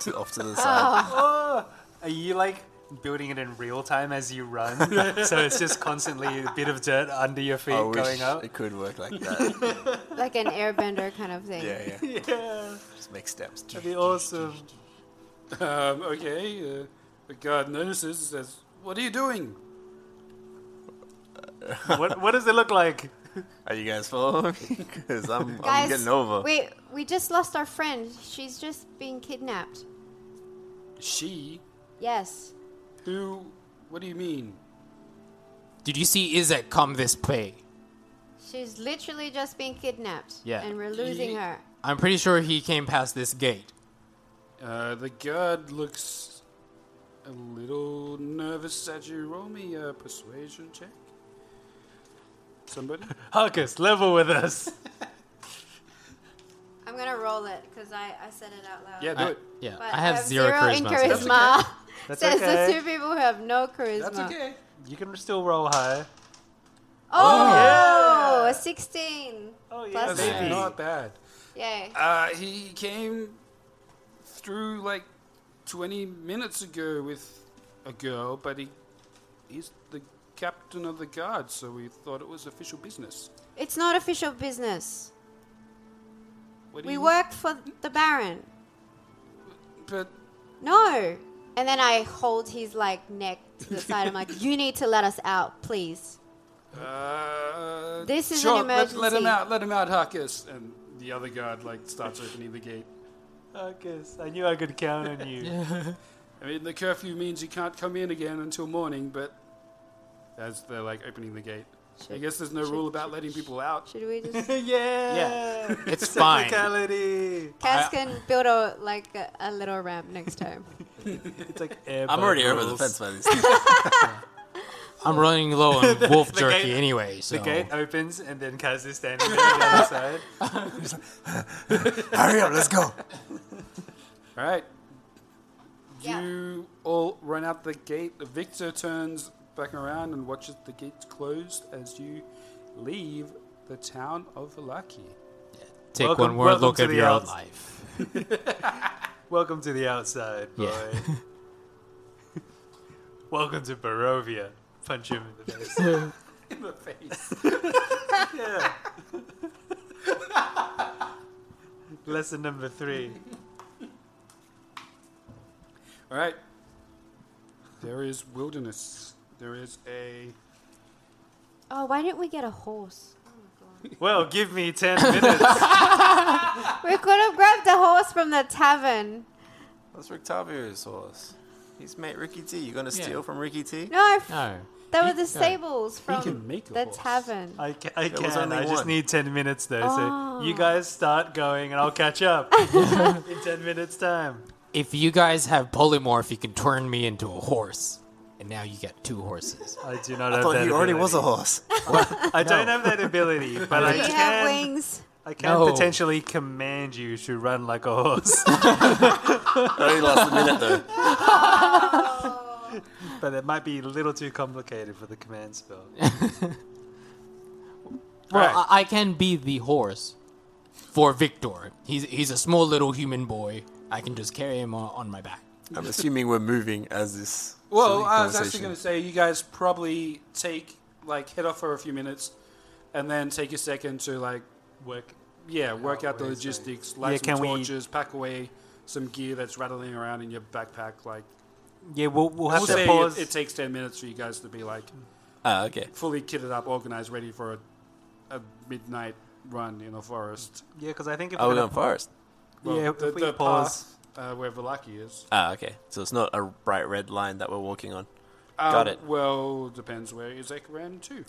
Speaker 4: to, off to
Speaker 3: [laughs]
Speaker 4: the
Speaker 3: Oh.
Speaker 4: side.
Speaker 1: Are you like building it in real time as you
Speaker 4: [laughs]
Speaker 1: run? so it's just constantly a bit of dirt under your feet
Speaker 4: I wish
Speaker 1: going up.
Speaker 4: it could work [laughs] like that.
Speaker 3: like an airbender kind of thing.
Speaker 4: yeah, yeah. yeah. Just make steps.
Speaker 1: That'd be awesome.
Speaker 2: Um, okay, uh, the guard notices and says, "What are you doing?"
Speaker 1: what, what does it look like?
Speaker 4: Are you guys following? [laughs] Because I'm, I'm
Speaker 3: Guys,
Speaker 4: getting over.
Speaker 3: we we just lost our friend. She's just being kidnapped.
Speaker 2: She,
Speaker 3: Yes.
Speaker 2: who? What do you mean?
Speaker 5: Did you see Izek come this way?
Speaker 3: She's literally just being kidnapped.
Speaker 5: Yeah.
Speaker 3: And we're losing
Speaker 5: Ye-
Speaker 3: her.
Speaker 5: I'm pretty sure he came past this gate.
Speaker 2: Uh, the guard looks a little nervous at you. Roll me a persuasion check. Somebody?
Speaker 1: Harkus, level with us.
Speaker 3: I'm gonna roll it because I, I said it out loud.
Speaker 2: Yeah, do
Speaker 5: I-
Speaker 2: it.
Speaker 5: yeah,
Speaker 3: But
Speaker 5: I have, zero,
Speaker 3: in
Speaker 5: charisma. so-
Speaker 3: [laughs] charisma.
Speaker 1: That's
Speaker 3: Says
Speaker 1: okay.
Speaker 3: the two people who have no charisma.
Speaker 2: That's okay.
Speaker 1: You can still roll high.
Speaker 3: Oh, a 16.
Speaker 1: Oh, yeah.
Speaker 3: Plus
Speaker 2: That's
Speaker 3: yeah.
Speaker 1: Maybe.
Speaker 2: not bad.
Speaker 3: Yay.
Speaker 2: Uh, he came through like 20 minutes ago with a girl, but he he's the captain of the guard, so we thought it was official business.
Speaker 3: It's not official business.
Speaker 2: What do
Speaker 3: We
Speaker 2: you-
Speaker 3: work for the Baron.
Speaker 2: But
Speaker 3: No. And then I hold his like neck to the side. I'm like, you need to let us out, please.
Speaker 2: Uh,
Speaker 3: This is an
Speaker 2: sure, let- Let, him
Speaker 3: emergency.
Speaker 2: out. Let him out, Harkus. And the other guard like starts opening the gate.
Speaker 1: Harkus, I knew I could count on you.
Speaker 2: I mean, the curfew means you can't come in again until morning. But as they're like opening the gate, I
Speaker 3: Should-
Speaker 2: guess there's no
Speaker 3: should-
Speaker 2: rule about letting people out.
Speaker 3: Should we just
Speaker 1: yeah.
Speaker 5: Yeah. It's fine.
Speaker 1: Technicality.
Speaker 3: Cass can build a like a, a little ramp next time?
Speaker 1: It's [laughs] like air
Speaker 4: I'm already over the
Speaker 1: bubbles.
Speaker 4: [laughs] fence by this time.
Speaker 5: I'm running low on wolf
Speaker 1: the
Speaker 5: jerky
Speaker 1: gate-
Speaker 5: anyway. So
Speaker 1: The gate opens and then Kaz is standing there on the [laughs] other side.
Speaker 4: Hurry up, let's go.
Speaker 2: All right. You all run out the gate. Victor turns back around and watches the gates closed as you leave the town of Valaki.
Speaker 5: Take one word look at your own life.
Speaker 1: welcome to the outside, boy.
Speaker 5: Yeah.
Speaker 1: [laughs] welcome to Barovia. Punch him in the [laughs] face.
Speaker 2: In the face.
Speaker 1: [laughs] yeah. Lesson number three.
Speaker 2: All right. There is wilderness. There is a.
Speaker 3: Oh, why didn't we get a horse?
Speaker 1: Well, give me ten minutes.
Speaker 3: we could have grabbed a horse from the tavern.
Speaker 4: That's Rictavio's horse. He's mate Ricky T. You gonna steal from Ricky T?
Speaker 3: No, I f-
Speaker 4: No.
Speaker 3: that
Speaker 4: He-
Speaker 3: was the
Speaker 4: no.
Speaker 3: stables
Speaker 4: He
Speaker 3: from
Speaker 4: can make a
Speaker 3: the
Speaker 4: horse.
Speaker 3: tavern.
Speaker 1: [laughs] I, ca- I
Speaker 4: There was
Speaker 1: can.
Speaker 4: only
Speaker 1: I just
Speaker 4: one.
Speaker 1: need ten minutes though.
Speaker 3: Oh.
Speaker 1: So you guys start going, and I'll catch [laughs] up in ten minutes' time.
Speaker 5: If you guys have polymorph, you can turn me into a horse, and now you get two horses.
Speaker 1: I do not
Speaker 5: I
Speaker 1: have
Speaker 5: thought
Speaker 1: that.
Speaker 5: he already was a
Speaker 4: horse.
Speaker 1: I don't have that [laughs] ability, but I
Speaker 3: Do you
Speaker 1: can.
Speaker 3: have wings?
Speaker 1: I can
Speaker 5: No.
Speaker 1: potentially command you to run like a [laughs] horse.
Speaker 4: only lasts a minute, though.
Speaker 1: but it might be a little too complicated for the command [laughs] spell.
Speaker 5: Well,
Speaker 1: uh,
Speaker 5: I, I can be the horse for Victor. He's he's a small little human boy. I can just carry him on, on my back.
Speaker 4: I'm assuming we're moving as this.
Speaker 2: [laughs] Well,
Speaker 4: silly
Speaker 2: I was actually
Speaker 4: conversation-
Speaker 2: going to say you guys probably take like head off for a few minutes, and then take a second to like
Speaker 1: Work.
Speaker 2: yeah work out the
Speaker 1: ways, like-
Speaker 2: logistics,
Speaker 1: Yeah,
Speaker 2: light some
Speaker 1: can we-
Speaker 2: torches, pack away some gear that's rattling around in your backpack. Like
Speaker 1: Yeah, we'll, we'll have
Speaker 2: we'll
Speaker 1: to
Speaker 2: say
Speaker 1: pause.
Speaker 2: it, it takes ten minutes for you guys to be like
Speaker 4: Ah, okay.
Speaker 2: fully kitted up, organized, ready for a, a midnight run in a forest.
Speaker 1: yeah, because I think if we're
Speaker 4: Oh, we're going
Speaker 1: gonna
Speaker 4: forest.
Speaker 1: Well, yeah,
Speaker 2: the,
Speaker 1: if we
Speaker 2: the
Speaker 1: pause.
Speaker 2: path uh, where Velaki is.
Speaker 4: Ah, okay. So it's not a bright red line that we're walking on. Got
Speaker 2: Um,
Speaker 4: it.
Speaker 2: Well, depends where Izek ran to.
Speaker 3: Do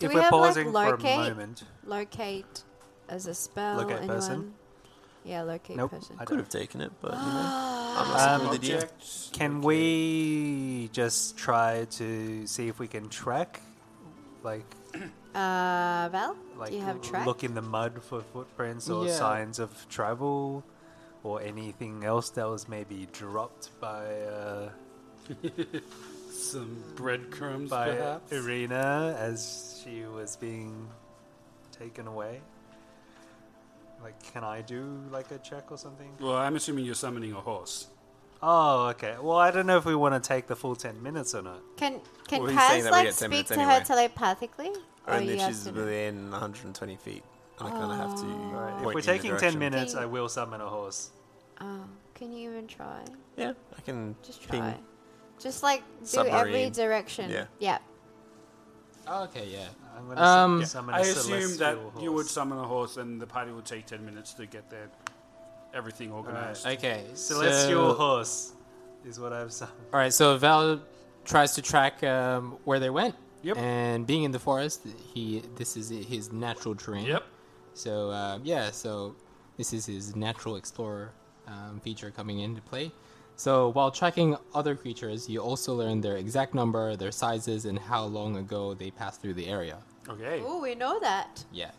Speaker 1: if
Speaker 3: we
Speaker 1: we're
Speaker 3: have
Speaker 1: pausing
Speaker 3: like
Speaker 1: for a
Speaker 3: locate?
Speaker 1: moment,
Speaker 3: Locate as a spell.
Speaker 1: Locate
Speaker 3: anyone?
Speaker 1: person?
Speaker 3: Yeah, locate
Speaker 1: nope.
Speaker 3: person.
Speaker 1: I don't.
Speaker 4: Could have taken it, but you know, I'm not
Speaker 1: Um,
Speaker 4: um, the DM.
Speaker 2: Objects.
Speaker 1: Can we just try to see if we can track, like,
Speaker 3: Uh, Val,
Speaker 1: like
Speaker 3: do you have track?
Speaker 1: look in the mud for footprints or
Speaker 5: Yeah.
Speaker 1: signs of travel, or anything else that was maybe dropped by uh,
Speaker 2: Some breadcrumbs,
Speaker 1: by
Speaker 2: perhaps.
Speaker 1: Irina as she was being taken away. Like, can I do like a check or something?
Speaker 2: Well, I'm assuming you're summoning a horse.
Speaker 1: Oh, okay. Well, I don't know if we want to take the full ten minutes or not.
Speaker 3: Can can
Speaker 4: Well, he's
Speaker 3: Kaz
Speaker 4: saying that we
Speaker 3: like
Speaker 4: get 10
Speaker 3: speak
Speaker 4: minutes
Speaker 3: to her
Speaker 4: anyway.
Speaker 3: telepathically? Or
Speaker 4: Only
Speaker 3: you
Speaker 4: if
Speaker 3: have
Speaker 4: she's
Speaker 3: to-
Speaker 4: within 120 feet. And I kind of have to.
Speaker 1: Right,
Speaker 4: point
Speaker 1: if we're
Speaker 4: in the
Speaker 1: taking ten
Speaker 4: direction.
Speaker 1: minutes,
Speaker 3: Can-
Speaker 1: I will summon a horse.
Speaker 3: Oh, can you even try?
Speaker 4: Yeah, I can
Speaker 3: Just
Speaker 4: ping.
Speaker 3: try. Just like do every
Speaker 4: Submarine.
Speaker 3: direction.
Speaker 4: Yeah.
Speaker 5: Okay, yeah.
Speaker 1: I'm gonna sum-
Speaker 5: Um,
Speaker 1: summon a
Speaker 2: I assume that
Speaker 1: celestial
Speaker 2: you would
Speaker 1: horse.
Speaker 2: summon a horse, and the party would take ten minutes to get their everything organized.
Speaker 5: okay.
Speaker 1: Celestial
Speaker 5: so-
Speaker 1: horse is what I've summoned.
Speaker 5: All right, so Val tries to track um, where they went.
Speaker 2: Yep.
Speaker 5: And being in the forest, he this is his natural terrain.
Speaker 2: Yep.
Speaker 5: So uh, yeah, so this is his natural explorer um, feature coming into play. So while tracking other creatures, you also learn their exact number, their sizes, and how long ago they passed through the area.
Speaker 2: Okay.
Speaker 3: Oh, we know that.
Speaker 5: Yeah.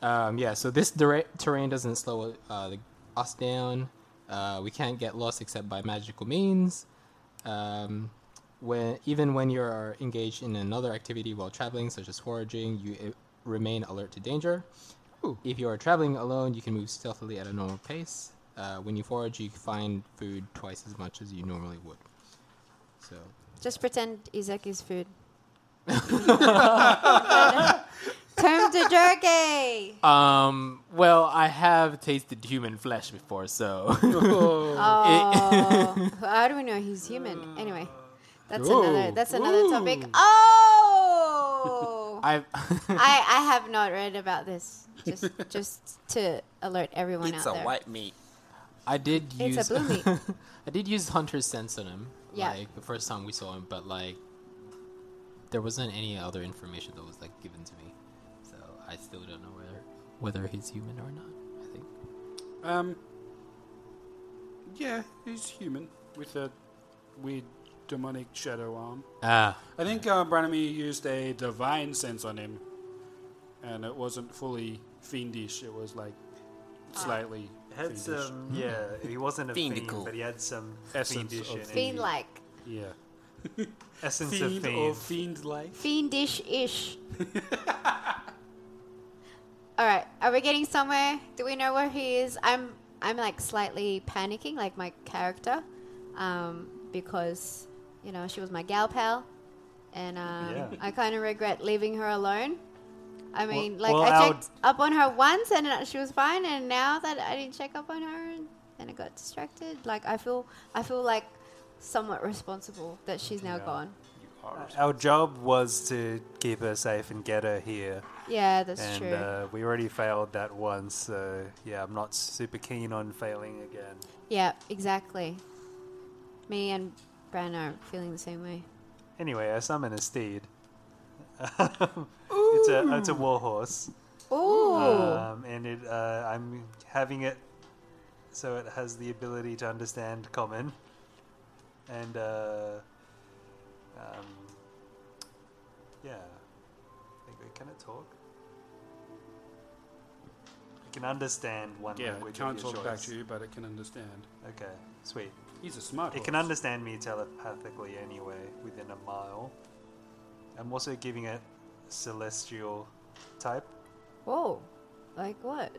Speaker 5: Um, yeah, so this dura- terrain doesn't slow uh, the, us down. Uh, we can't get lost except by magical means. Um, when, even when you're engaged in another activity while traveling, such as foraging, you uh, remain alert to danger. If you are traveling alone, you can move stealthily at a normal pace. Uh, when you forage, you find food twice as much as you normally would. So,
Speaker 3: Just pretend Isaac is
Speaker 4: [laughs]
Speaker 3: food. Term to
Speaker 4: [laughs]
Speaker 3: jerky.
Speaker 5: um, well, I have tasted human flesh before, so [laughs]
Speaker 3: Oh, how do we know he's human? Anyway, that's another.
Speaker 5: Ooh.
Speaker 3: That's another topic.
Speaker 4: [laughs]
Speaker 3: Oh, I,
Speaker 5: I've.
Speaker 3: I have not read about this. Just just to alert everyone
Speaker 4: It's a
Speaker 3: out there.
Speaker 4: white meat.
Speaker 5: I did
Speaker 3: It's a
Speaker 5: use [laughs]
Speaker 3: blue meat.
Speaker 5: I did use Hunter's sense on him.
Speaker 3: Yeah.
Speaker 5: Like the first time we saw him, but like there wasn't any other information that was like given to me. So I still don't know whether whether he's human or not, I think.
Speaker 2: Um. Yeah, he's human with a weird demonic shadow arm.
Speaker 5: Ah.
Speaker 2: I think uh, Branimir used a divine sense on him, and it wasn't fully fiendish. It was like slightly
Speaker 1: Ah. had
Speaker 2: fiendish.
Speaker 1: some, yeah, he wasn't a
Speaker 2: Fiendical.
Speaker 1: fiend, but he had some
Speaker 2: Essence
Speaker 1: fiendish
Speaker 2: of
Speaker 1: in him.
Speaker 3: Fiend like.
Speaker 2: Yeah.
Speaker 1: Essence
Speaker 2: fiend
Speaker 1: of
Speaker 2: or
Speaker 1: fiend.
Speaker 2: fiend like.
Speaker 3: Fiendish
Speaker 1: [laughs]
Speaker 3: ish. Alright, are we getting somewhere? Do we know where he is? I'm I'm like slightly panicking, like my character. Um, because, you know, she was my gal pal. And um,
Speaker 1: Yeah.
Speaker 3: I kind of regret leaving her alone. I mean, like,
Speaker 1: well,
Speaker 3: I
Speaker 1: our-
Speaker 3: checked up on her once and uh, she was fine, and now that I didn't check up on her and, and I got distracted, like, I feel, I feel like somewhat responsible that she's now gone.
Speaker 1: Our job was to keep her safe and get her here.
Speaker 3: Yeah, that's
Speaker 1: and,
Speaker 3: true.
Speaker 1: uh, we already failed that once, so yeah, I'm not super keen on failing again.
Speaker 3: Yeah, exactly. Me and Bran are feeling the same way.
Speaker 1: Anyway, I summon a steed. [laughs] it's a it's a
Speaker 3: Ooh.
Speaker 1: warhorse.
Speaker 3: Ooh.
Speaker 1: Um, and it uh, I'm having it so it has the ability to understand common. And uh, um, yeah, I think it- can it talk? It can understand one
Speaker 2: Yeah, it
Speaker 1: language.
Speaker 2: can't
Speaker 1: of your
Speaker 2: talk
Speaker 1: choice.
Speaker 2: back to you, but it can understand.
Speaker 1: Okay, sweet.
Speaker 2: He's a smart
Speaker 1: It can
Speaker 2: horse.
Speaker 1: understand me telepathically anyway, within a mile. I'm also giving it celestial type.
Speaker 3: Whoa. Like what?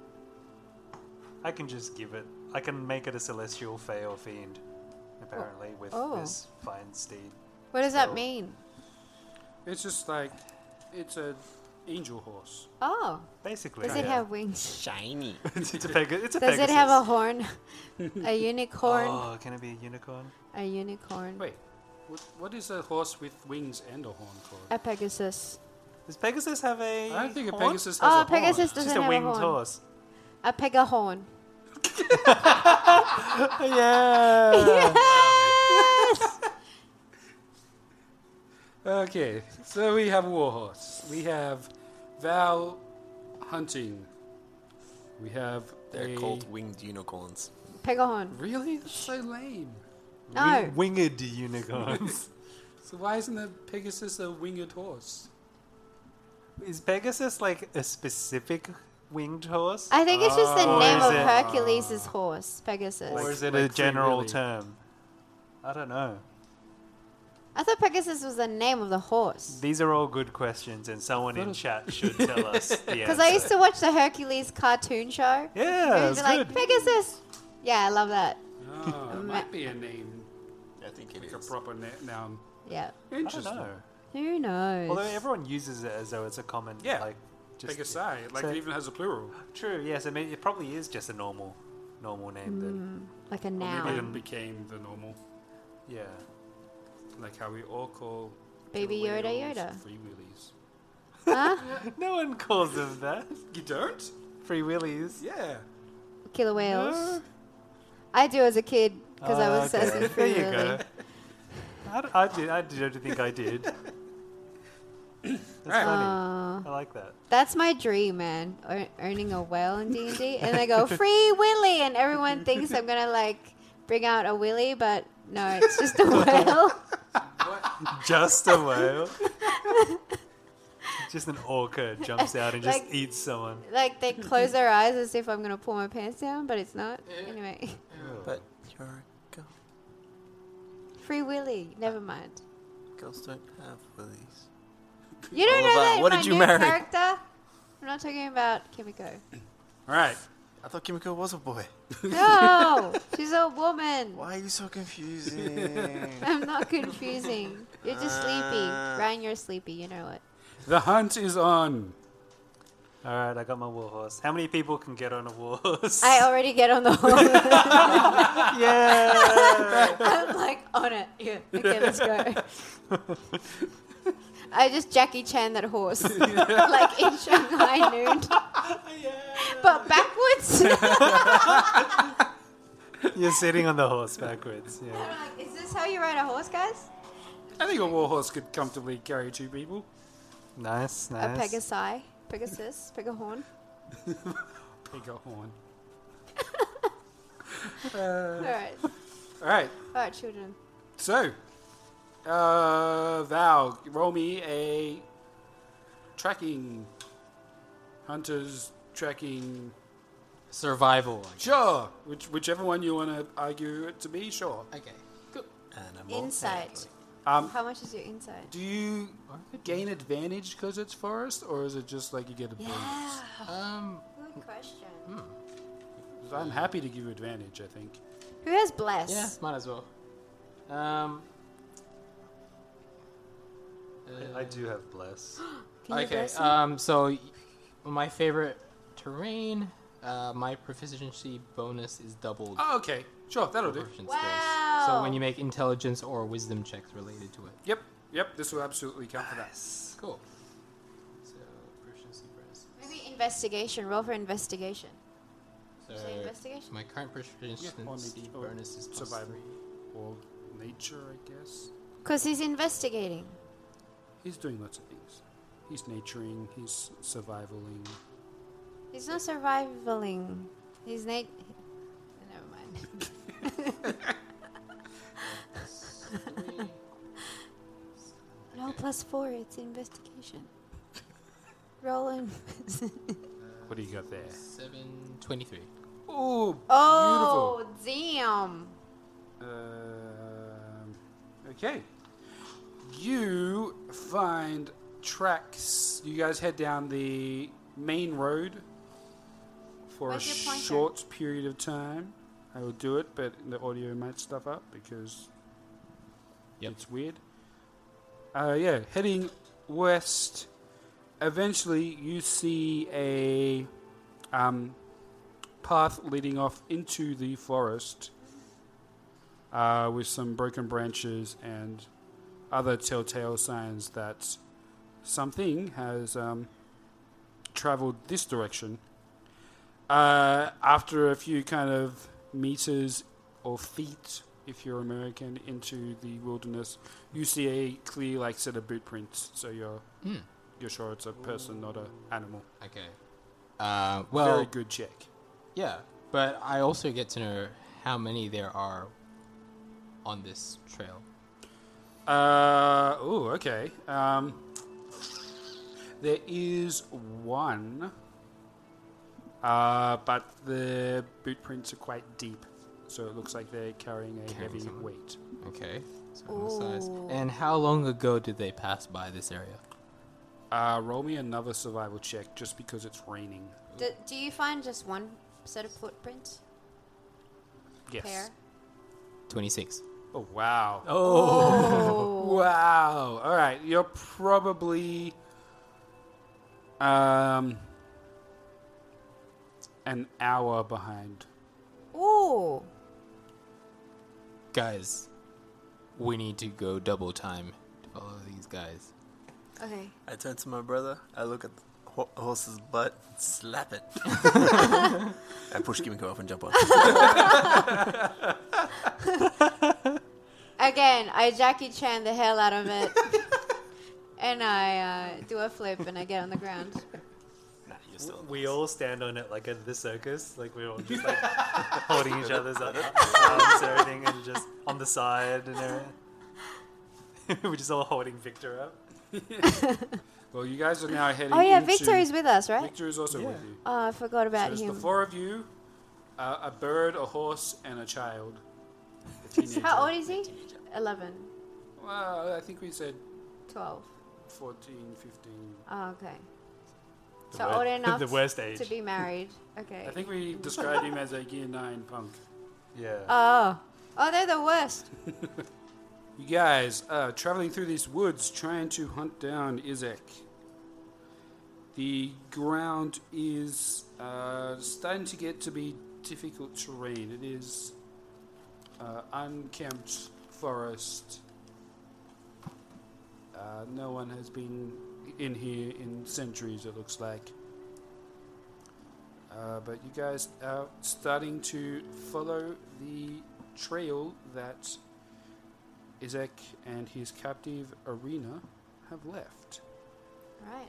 Speaker 1: I can just give it. I can make it a celestial fey or fiend, apparently, with
Speaker 3: oh.
Speaker 1: this fine steed.
Speaker 3: What does that
Speaker 1: So-
Speaker 3: mean?
Speaker 2: It's just like it's an angel horse.
Speaker 3: Oh.
Speaker 1: Basically,
Speaker 3: Does it
Speaker 1: yeah.
Speaker 3: have wings?
Speaker 5: Shiny.
Speaker 1: [laughs] it's a, pega- it's a
Speaker 3: Does it
Speaker 1: Pegasus.
Speaker 3: have a horn?
Speaker 1: [laughs]
Speaker 3: a unicorn?
Speaker 1: Oh, can it be a unicorn?
Speaker 3: A unicorn?
Speaker 2: Wait, what, what is a horse with wings and a horn called?
Speaker 3: A Pegasus.
Speaker 1: Does Pegasus have a?
Speaker 2: I don't think a
Speaker 1: horn?
Speaker 2: Pegasus has a
Speaker 3: Oh,
Speaker 2: horn.
Speaker 3: Pegasus doesn't
Speaker 1: Just a
Speaker 3: have
Speaker 1: winged
Speaker 3: a horn. [laughs]
Speaker 1: horse.
Speaker 3: A pegahorn.
Speaker 1: Oh, yeah.
Speaker 3: Yes!
Speaker 2: Okay, so we have a warhorse. We have Val hunting. We have
Speaker 4: They're
Speaker 2: a-
Speaker 4: called winged unicorns.
Speaker 3: pegahorn.
Speaker 2: Really? That's so lame.
Speaker 3: [laughs] No.
Speaker 1: Winged unicorns. [laughs]
Speaker 2: So why isn't a Pegasus a winged horse?
Speaker 1: Is Pegasus like a specific winged horse?
Speaker 3: I think it's just the
Speaker 1: Or
Speaker 3: name
Speaker 1: Oh,
Speaker 3: of
Speaker 1: is it-
Speaker 3: Hercules' horse, Pegasus.
Speaker 1: Or is it a
Speaker 2: like free
Speaker 1: general
Speaker 2: willy.
Speaker 1: term? I don't know.
Speaker 3: I thought Pegasus was the name of the horse.
Speaker 1: These are all good questions, and someone in chat
Speaker 2: [laughs]
Speaker 1: should tell us the
Speaker 3: [laughs] Because
Speaker 1: answer.
Speaker 3: I used to watch the Hercules cartoon show.
Speaker 1: yeah,
Speaker 3: It would
Speaker 1: it's
Speaker 3: be like
Speaker 1: good.
Speaker 3: Pegasus. Yeah, I love that.
Speaker 2: Oh, it
Speaker 3: Ma-
Speaker 2: might be a name,
Speaker 4: I think it
Speaker 2: like
Speaker 4: is.
Speaker 2: a proper na- noun.
Speaker 3: Yeah.
Speaker 1: I don't
Speaker 2: Interesting.
Speaker 1: know.
Speaker 3: Who knows?
Speaker 1: Although everyone uses it as though it's a common,
Speaker 2: Yeah,
Speaker 1: like just
Speaker 2: Pegasi, like
Speaker 1: so-
Speaker 2: it even has a plural.
Speaker 1: True. Yes, I mean it probably is just a normal, normal name.
Speaker 3: Mm.
Speaker 1: Then
Speaker 3: like a
Speaker 2: Or maybe it
Speaker 3: noun.
Speaker 2: became the normal,
Speaker 1: yeah, [laughs]
Speaker 2: like how we all call
Speaker 3: Baby
Speaker 2: killer
Speaker 3: Yoda
Speaker 2: whales
Speaker 3: Yoda.
Speaker 2: free willies.
Speaker 3: Huh?
Speaker 1: no one calls them that.
Speaker 2: You don't?
Speaker 1: Free willies.
Speaker 2: Yeah.
Speaker 3: Killer whales. I do as a kid because I
Speaker 1: Oh,
Speaker 3: was
Speaker 1: [laughs] okay.
Speaker 3: obsessed with
Speaker 1: There
Speaker 3: Free
Speaker 1: you
Speaker 3: Willy.
Speaker 1: go. I, d- I did. I don't think I did. That's
Speaker 3: Uh.
Speaker 1: funny. I like that.
Speaker 3: That's my dream, man. O- owning a whale in D and D, and I
Speaker 1: [laughs]
Speaker 3: go Free Willy, and everyone thinks I'm gonna like bring out a willy, but no, it's just a whale. [laughs]
Speaker 1: Just a whale. just an orca jumps out and
Speaker 3: Like-
Speaker 1: just eats someone.
Speaker 3: like they close their eyes as if I'm gonna pull my pants down, but it's not. Anyway, [laughs]
Speaker 4: But your girl,
Speaker 3: Free Willy. Never mind.
Speaker 4: girls don't have willies.
Speaker 3: You don't
Speaker 4: All
Speaker 3: know
Speaker 4: about-
Speaker 3: that in
Speaker 4: what
Speaker 3: my
Speaker 4: did you
Speaker 3: new
Speaker 4: marry?
Speaker 3: character. I'm not talking about Kimiko.
Speaker 2: All right.
Speaker 4: I thought Kimiko was a boy.
Speaker 3: No, she's a woman.
Speaker 4: Why are you so [laughs] confusing?
Speaker 3: I'm not confusing. You're just sleepy.
Speaker 4: Uh.
Speaker 3: Ryan, you're sleepy. You know it.
Speaker 2: The hunt is on.
Speaker 1: All right, I got my warhorse. How many people can get on a warhorse?
Speaker 3: I already get
Speaker 4: [laughs]
Speaker 3: on the horse.
Speaker 1: yeah.
Speaker 3: I'm like on it. Yeah. Okay, let's go.
Speaker 4: [laughs]
Speaker 3: I just Jackie Chan that
Speaker 4: [laughs]
Speaker 3: horse, [laughs] like in Shanghai Noon, but backwards.
Speaker 4: [laughs]
Speaker 3: [laughs] I'm
Speaker 1: You're sitting on the horse backwards. Yeah.
Speaker 3: like, is this how you ride a horse, guys?
Speaker 2: I think a warhorse could comfortably carry two people.
Speaker 1: Nice,
Speaker 3: A
Speaker 1: nice.
Speaker 3: Pegasi, Pegasus, Pegahorn.
Speaker 2: Big ol' horn.
Speaker 3: All right, all
Speaker 2: All right.
Speaker 3: right, children.
Speaker 2: So, uh, Val, roll me a tracking. Hunter's tracking
Speaker 5: Survival.
Speaker 2: Sure. Which, whichever one you want to argue it to be, sure. Okay. Good.
Speaker 3: Insight.
Speaker 2: Um,
Speaker 3: How much is your insight?
Speaker 2: Do you gain advantage because it's forest, or is it just like you get a bonus?
Speaker 3: Um, Good question.
Speaker 2: 'Cause I'm happy to give you advantage, I think.
Speaker 3: Who has bless?
Speaker 5: Yeah, might as well. Um,
Speaker 1: I, I do have bless.
Speaker 3: Can you
Speaker 5: okay,
Speaker 3: bless him?
Speaker 5: um, so y- my favorite terrain, uh, my proficiency bonus is doubled.
Speaker 2: Oh, okay. Sure, that'll do.
Speaker 3: Wow.
Speaker 5: So when you make intelligence or wisdom checks related to it.
Speaker 2: Yep, yep, this will absolutely count for that.
Speaker 5: Cool. So proficiency bonus.
Speaker 3: Maybe investigation. Roll for investigation.
Speaker 5: So
Speaker 3: investigation?
Speaker 5: Uh, My current proficiency
Speaker 2: or na- or
Speaker 5: bonus is plus
Speaker 2: survival.
Speaker 5: three.
Speaker 2: Or nature, I guess.
Speaker 3: Because he's investigating.
Speaker 2: He's doing lots of things. He's naturing, he's survivaling.
Speaker 3: He's not survivaling. He's Nate. Never mind. [laughs] Roll plus four. It's investigation. Roll in.
Speaker 2: What do you got there?
Speaker 5: Seven twenty-three.
Speaker 2: Oh,
Speaker 3: oh, damn.
Speaker 2: Um, okay. You find tracks. You guys head down the main road for
Speaker 3: Where's
Speaker 2: a
Speaker 3: your pointer?
Speaker 2: short period of time. I will do it, but the audio might stuff up because
Speaker 5: Yep.
Speaker 2: it's weird. Uh, yeah, heading west. Eventually, you see a um, path leading off into the forest uh, with some broken branches and other telltale signs that something has um, traveled this direction. Uh, after a few kind of meters or feet, if you're American, into the wilderness, you see a clear, like, set of boot prints. So you're you're sure it's a person, not a animal.
Speaker 5: Okay. Uh, well,
Speaker 2: Very good check.
Speaker 5: yeah, but I also get to know how many there are on this trail.
Speaker 2: Uh, oh, okay. Um, there is one, uh, but the boot prints are quite deep, so it looks like they're carrying a heavy weight.
Speaker 5: Okay. So I'm a size. And how long ago did they pass by this area?
Speaker 2: Uh, roll me another survival check just because it's raining.
Speaker 3: Do, do you find just one set of footprints?
Speaker 2: Yes.
Speaker 3: Pair?
Speaker 5: Twenty-six.
Speaker 2: Oh, wow.
Speaker 3: Oh.
Speaker 2: [laughs] Wow. All right. You're probably um an hour behind.
Speaker 3: Ooh.
Speaker 5: Guys, we need to go double time to follow these guys.
Speaker 3: Okay.
Speaker 4: I turn to my brother. I look at the ho- horse's butt, slap it, and push Kimiko off and jump [laughs] off.
Speaker 3: Again, I Jackie Chan the hell out of it. [laughs] and I uh, do a flip and I get on the
Speaker 2: [laughs]
Speaker 3: ground.
Speaker 1: We all stand on it like at the circus, like we're all just
Speaker 2: [laughs]
Speaker 1: like holding each other's ar- arms and everything, and just on the side and everything. [laughs] we're just all holding Victor up.
Speaker 2: Well, you guys are now heading.
Speaker 3: Oh, yeah,
Speaker 2: into-
Speaker 3: Victor is with us, right?
Speaker 2: Victor is also with you.
Speaker 3: Oh, I forgot
Speaker 2: So
Speaker 3: about
Speaker 2: it's the
Speaker 3: him.
Speaker 2: four of you, uh, a bird, a horse, and a child.
Speaker 3: [laughs]
Speaker 2: A teenager.
Speaker 3: How old is he? 11,
Speaker 2: Well, I think we said
Speaker 3: 12.
Speaker 2: 14, 15.
Speaker 3: Oh, okay. so
Speaker 1: wor-
Speaker 2: [laughs]
Speaker 3: old enough
Speaker 1: the worst
Speaker 3: to
Speaker 1: age.
Speaker 3: be married. Okay.
Speaker 2: I think we described him as a gear nine punk.
Speaker 1: Yeah.
Speaker 3: Oh. Oh, they're the worst.
Speaker 2: You guys are traveling through these woods trying to hunt down Izek. The ground is uh, starting to get to be difficult terrain. It is uh, unkempt forest. Uh, no one has been in here in centuries, it looks like. Uh, but you guys are starting to follow the trail that Izek and his captive Arena have left.
Speaker 3: Right.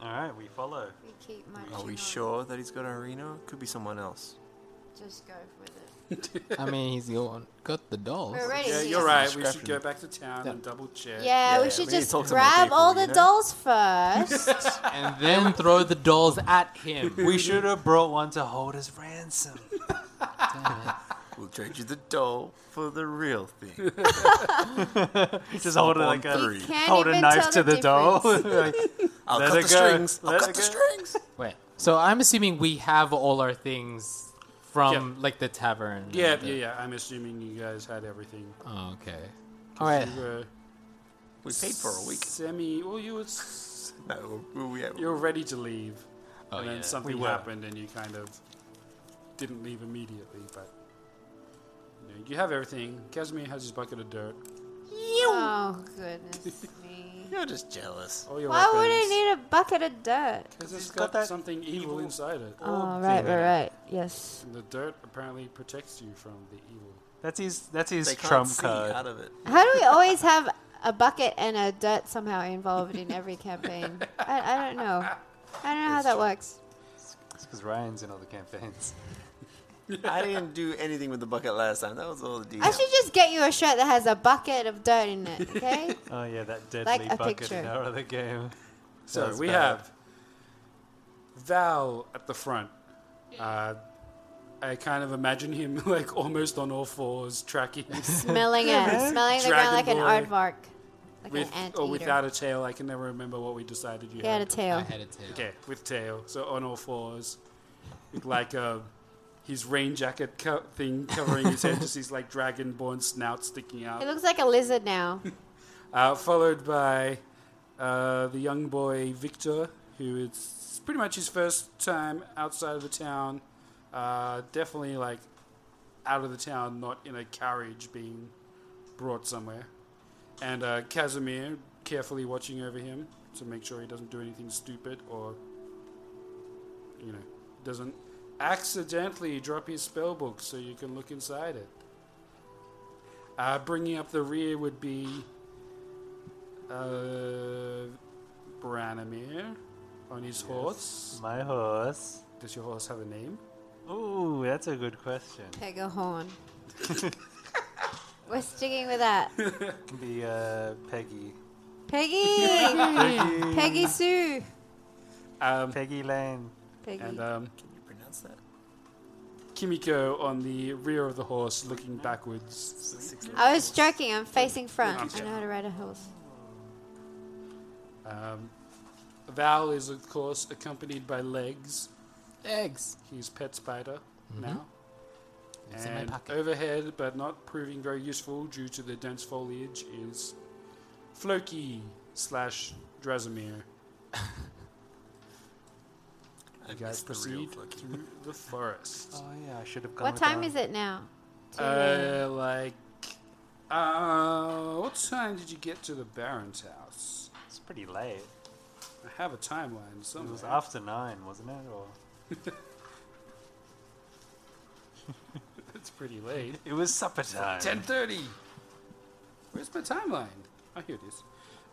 Speaker 1: All right, we follow.
Speaker 3: We keep marching.
Speaker 4: Are we
Speaker 3: on.
Speaker 4: sure that he's got an arena? Could be someone else.
Speaker 3: Just go with it.
Speaker 5: I mean, he's going, got the dolls.
Speaker 3: Already
Speaker 2: Yeah, you're right. We should go back to town and double check.
Speaker 3: Yeah, we should just grab all the [laughs] dolls first.
Speaker 5: And then throw the dolls at him.
Speaker 2: [laughs]
Speaker 1: We should have brought one to hold as ransom.
Speaker 4: [laughs] We'll trade you the doll for the real thing.
Speaker 1: [laughs] Just hold it like
Speaker 4: on
Speaker 1: a
Speaker 4: three.
Speaker 3: can't
Speaker 1: hold a
Speaker 3: even
Speaker 1: knife
Speaker 3: tell
Speaker 1: to
Speaker 3: the
Speaker 1: the
Speaker 3: [laughs]
Speaker 1: doll.
Speaker 3: difference.
Speaker 1: Like,
Speaker 4: I'll
Speaker 1: let
Speaker 4: cut
Speaker 1: it
Speaker 4: the
Speaker 1: go,
Speaker 4: strings. I'll
Speaker 1: let
Speaker 4: cut
Speaker 1: it
Speaker 4: the
Speaker 1: go.
Speaker 4: strings.
Speaker 5: Wait. So I'm assuming we have all our things from like the tavern. and
Speaker 2: Yeah,
Speaker 5: the-
Speaker 2: yeah, yeah. I'm assuming you guys had everything.
Speaker 5: Oh, okay. All right.
Speaker 2: You were
Speaker 4: We paid for a week.
Speaker 2: semi. Well, you were s-
Speaker 4: No, we, we,
Speaker 2: you were ready to leave,
Speaker 5: Oh,
Speaker 2: and then
Speaker 5: yeah.
Speaker 2: something
Speaker 1: We were.
Speaker 2: happened, and you kind of didn't leave immediately. But you, know, you have everything. Casimir has his bucket of dirt.
Speaker 3: oh goodness me!
Speaker 4: you're just jealous.
Speaker 2: All your
Speaker 3: Why would
Speaker 2: weapons.
Speaker 3: I need a bucket of dirt?
Speaker 2: Because it's
Speaker 1: It's
Speaker 2: got,
Speaker 1: got that
Speaker 2: something evil
Speaker 1: evil
Speaker 2: inside it.
Speaker 3: Oh right, right, right. Yes.
Speaker 2: And the dirt apparently protects you from the evil.
Speaker 1: that's his. That's his
Speaker 4: They can't
Speaker 1: trump
Speaker 4: see
Speaker 1: card.
Speaker 4: out of it.
Speaker 3: How do we always have a bucket and a dirt somehow involved in every campaign? I, I don't know. I don't know how that works.
Speaker 1: It's because Ryan's in all the campaigns.
Speaker 4: I didn't do anything with the bucket last time. That was all the detail.
Speaker 3: I should just get you a shirt that has a bucket of dirt in it, [laughs] okay?
Speaker 1: Oh yeah, that
Speaker 3: Like
Speaker 1: deadly
Speaker 3: a
Speaker 1: bucket in
Speaker 3: picture.
Speaker 1: our other game.
Speaker 2: So
Speaker 1: That's
Speaker 2: we
Speaker 1: bad.
Speaker 2: have Val at the front. Uh, I kind of imagine him [laughs] like almost on all fours, tracking
Speaker 3: [laughs] Smelling it. Smelling the ground like an
Speaker 2: Dragon boy.
Speaker 3: aardvark. Like
Speaker 2: with
Speaker 3: an
Speaker 2: or
Speaker 3: anteater.
Speaker 2: without a tail. I can never remember what we decided. You
Speaker 3: he had a tail.
Speaker 5: I had a tail.
Speaker 2: Okay, with tail. So on all fours, with like a his rain jacket co- thing covering
Speaker 3: [laughs]
Speaker 2: his head, just his like dragonborn snout sticking out.
Speaker 3: He looks like a lizard now.
Speaker 2: uh, followed by uh, the young boy Victor, who it's pretty much his first time outside of the town. Uh, definitely like out of the town, not in a carriage being brought somewhere. And uh, Casimir, carefully watching over him to make sure he doesn't do anything stupid or, you know, doesn't accidentally drop his spell book so you can look inside it. Uh, bringing up the rear would be uh, Branimir on his horse.
Speaker 1: my horse.
Speaker 2: Does your horse have a name?
Speaker 1: Ooh, that's a good question.
Speaker 3: Pegahorn. We're sticking with that.
Speaker 1: Can be uh, Peggy.
Speaker 3: Peggy! Peggy Sue!
Speaker 2: Um,
Speaker 1: Peggy Lane.
Speaker 3: Peggy.
Speaker 2: and um,
Speaker 4: Can you pronounce that?
Speaker 2: Kimiko on the rear of the horse, looking backwards.
Speaker 3: I was joking, I'm facing front. I know how to ride a horse.
Speaker 2: Um, Val is, of course, accompanied by Legs.
Speaker 5: Eggs.
Speaker 2: He's pet spider now.
Speaker 5: Mm-hmm. It's in my
Speaker 2: and
Speaker 5: pocket.
Speaker 2: overhead, but not proving very useful due to the dense foliage, is Floki slash
Speaker 5: [laughs]
Speaker 2: Drasimir.
Speaker 4: I
Speaker 2: You guys
Speaker 4: missed the real
Speaker 2: proceed
Speaker 4: Floki.
Speaker 2: through
Speaker 5: [laughs]
Speaker 2: the forest.
Speaker 1: Oh yeah, I should have gone.
Speaker 3: What
Speaker 1: with
Speaker 3: time
Speaker 1: that
Speaker 3: is it now? Too late.
Speaker 2: Uh, like, uh, what time did you get to the Baron's house?
Speaker 1: one. It's pretty late.
Speaker 2: I have a timeline
Speaker 1: It was
Speaker 2: somewhere.
Speaker 1: after nine, wasn't it? Or
Speaker 2: It's pretty late.
Speaker 1: it was supper time.
Speaker 2: Ten thirty. Where's my timeline? Oh, here it is.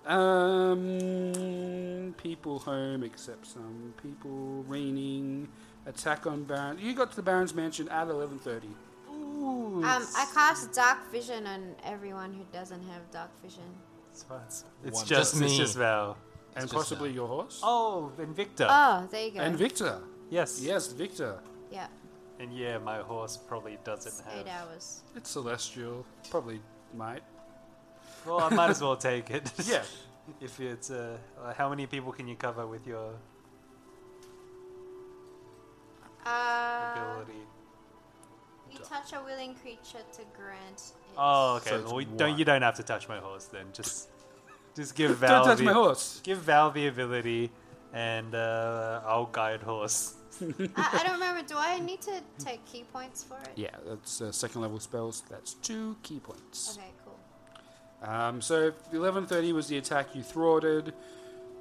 Speaker 2: Um, people home except some people raining. Attack on Baron. You got to the Baron's mansion at eleven thirty.
Speaker 3: Um, I cast dark vision on everyone who doesn't have dark vision.
Speaker 1: It's, fine. It's just,
Speaker 5: Just
Speaker 1: It's
Speaker 5: me.
Speaker 1: just Val.
Speaker 2: And possibly your horse.
Speaker 1: Oh, and Victor.
Speaker 3: Oh, there you go.
Speaker 2: And Victor.
Speaker 1: yes.
Speaker 2: Yes, Victor.
Speaker 3: yeah,
Speaker 1: And yeah, my horse probably doesn't
Speaker 3: it's
Speaker 1: have.
Speaker 3: eight hours.
Speaker 2: It's celestial. Probably might.
Speaker 1: Well, I might as well take it.
Speaker 2: Yeah.
Speaker 1: If it's uh, uh, how many people can you cover with your
Speaker 3: Uh,
Speaker 1: ability?
Speaker 3: you touch a willing creature to grant it.
Speaker 1: Oh, okay.
Speaker 2: So it's
Speaker 1: well, we don't, you
Speaker 2: one.
Speaker 1: don't have to touch my horse then. Just, just give Val.
Speaker 2: [laughs] Don't touch
Speaker 1: the,
Speaker 2: my horse.
Speaker 1: Give Val the ability, and uh, I'll guide horse. [laughs]
Speaker 3: I, I don't remember. Do I need to take key points for
Speaker 2: [laughs]
Speaker 3: it?
Speaker 2: Yeah, that's uh, second level spells. That's two key points.
Speaker 3: Okay, cool.
Speaker 2: Um, so eleven thirty was the attack you thwarted.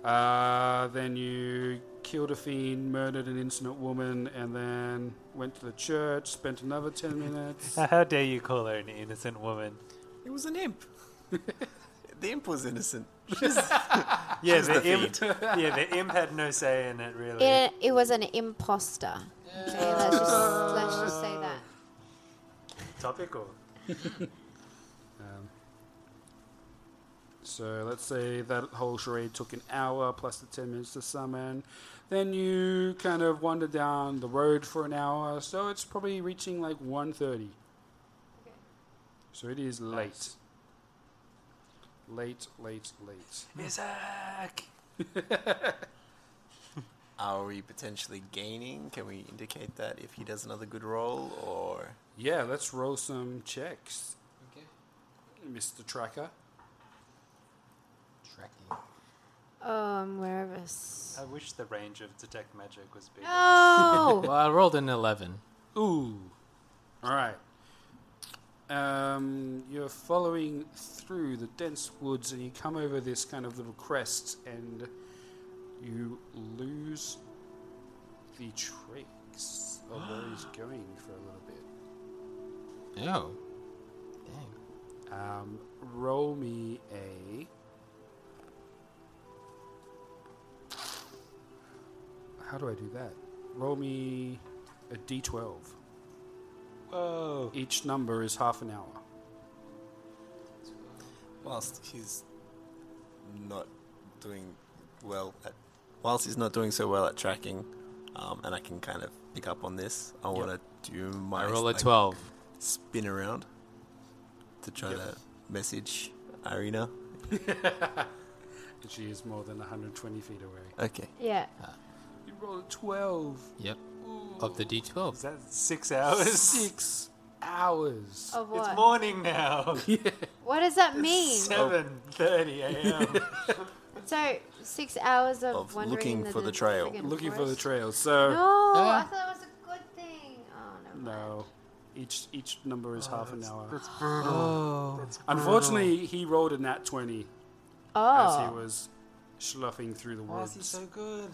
Speaker 2: Uh, then you killed a fiend, murdered an innocent woman, and then went to the church. Spent another ten minutes.
Speaker 1: How dare you call her an innocent
Speaker 2: [laughs]
Speaker 1: woman?
Speaker 4: It was an imp. [laughs] the imp was innocent.
Speaker 1: Yeah,
Speaker 4: She's
Speaker 1: the,
Speaker 4: the
Speaker 1: imp. [laughs] yeah, the imp had no say in it really.
Speaker 3: It, it was an imposter. Okay, let's just let's just say that.
Speaker 1: topic or?
Speaker 2: Um, so let's say that whole charade took an hour plus the 10 minutes to summon. Then you kind of wander down the road for an hour, so it's probably reaching like 1.30. So it is late. Late, late, late.
Speaker 1: Isaac!
Speaker 4: [laughs] Are we potentially gaining? Can we indicate that if he does another good roll, or
Speaker 2: Yeah, let's roll some checks. Okay. Mr. Tracker.
Speaker 5: Trekking.
Speaker 3: Um, wherever. s-
Speaker 1: I wish the range of detect magic was bigger.
Speaker 3: No. Oh!
Speaker 1: [laughs]
Speaker 5: well, I rolled an 11.
Speaker 2: Ooh. All right. Um, you're following through the dense woods and you come over this kind of little crest and you lose the tricks of where he's going for a little
Speaker 5: Oh.
Speaker 2: bit. Um, roll me a. How do I do that? Roll me a d12.
Speaker 1: Whoa!
Speaker 2: Each number is half an hour.
Speaker 4: whilst he's not doing well at, whilst he's not doing so well at tracking, um, and I can kind of pick up on this, I want to do my
Speaker 5: I roll a
Speaker 4: like,
Speaker 5: 12.
Speaker 4: spin around to try to message Irina.
Speaker 2: And She is more than 120 feet away.
Speaker 4: Okay,
Speaker 3: Yeah.
Speaker 2: You rolled a 12.
Speaker 5: Yep. Of the
Speaker 1: Is
Speaker 5: d12.
Speaker 1: that six hours?
Speaker 2: Six hours.
Speaker 3: Of
Speaker 1: It's
Speaker 3: what?
Speaker 1: morning
Speaker 2: [laughs]
Speaker 1: now.
Speaker 3: what does that mean?
Speaker 1: Seven thirty a.m.
Speaker 3: So six hours of,
Speaker 4: Of
Speaker 3: wandering
Speaker 4: looking
Speaker 3: in the
Speaker 4: for the
Speaker 3: friggin'
Speaker 4: trail.
Speaker 2: Looking for the
Speaker 3: forest.
Speaker 2: trail. So,
Speaker 3: No, I
Speaker 5: Ah.
Speaker 3: thought that was a good thing. Oh no.
Speaker 2: no. Each each number is half an hour.
Speaker 1: That's brutal.
Speaker 2: Unfortunately, he rolled a nat 20 as he
Speaker 3: Oh.
Speaker 2: was sloughing through the
Speaker 1: Why is
Speaker 2: woods.
Speaker 1: he so good?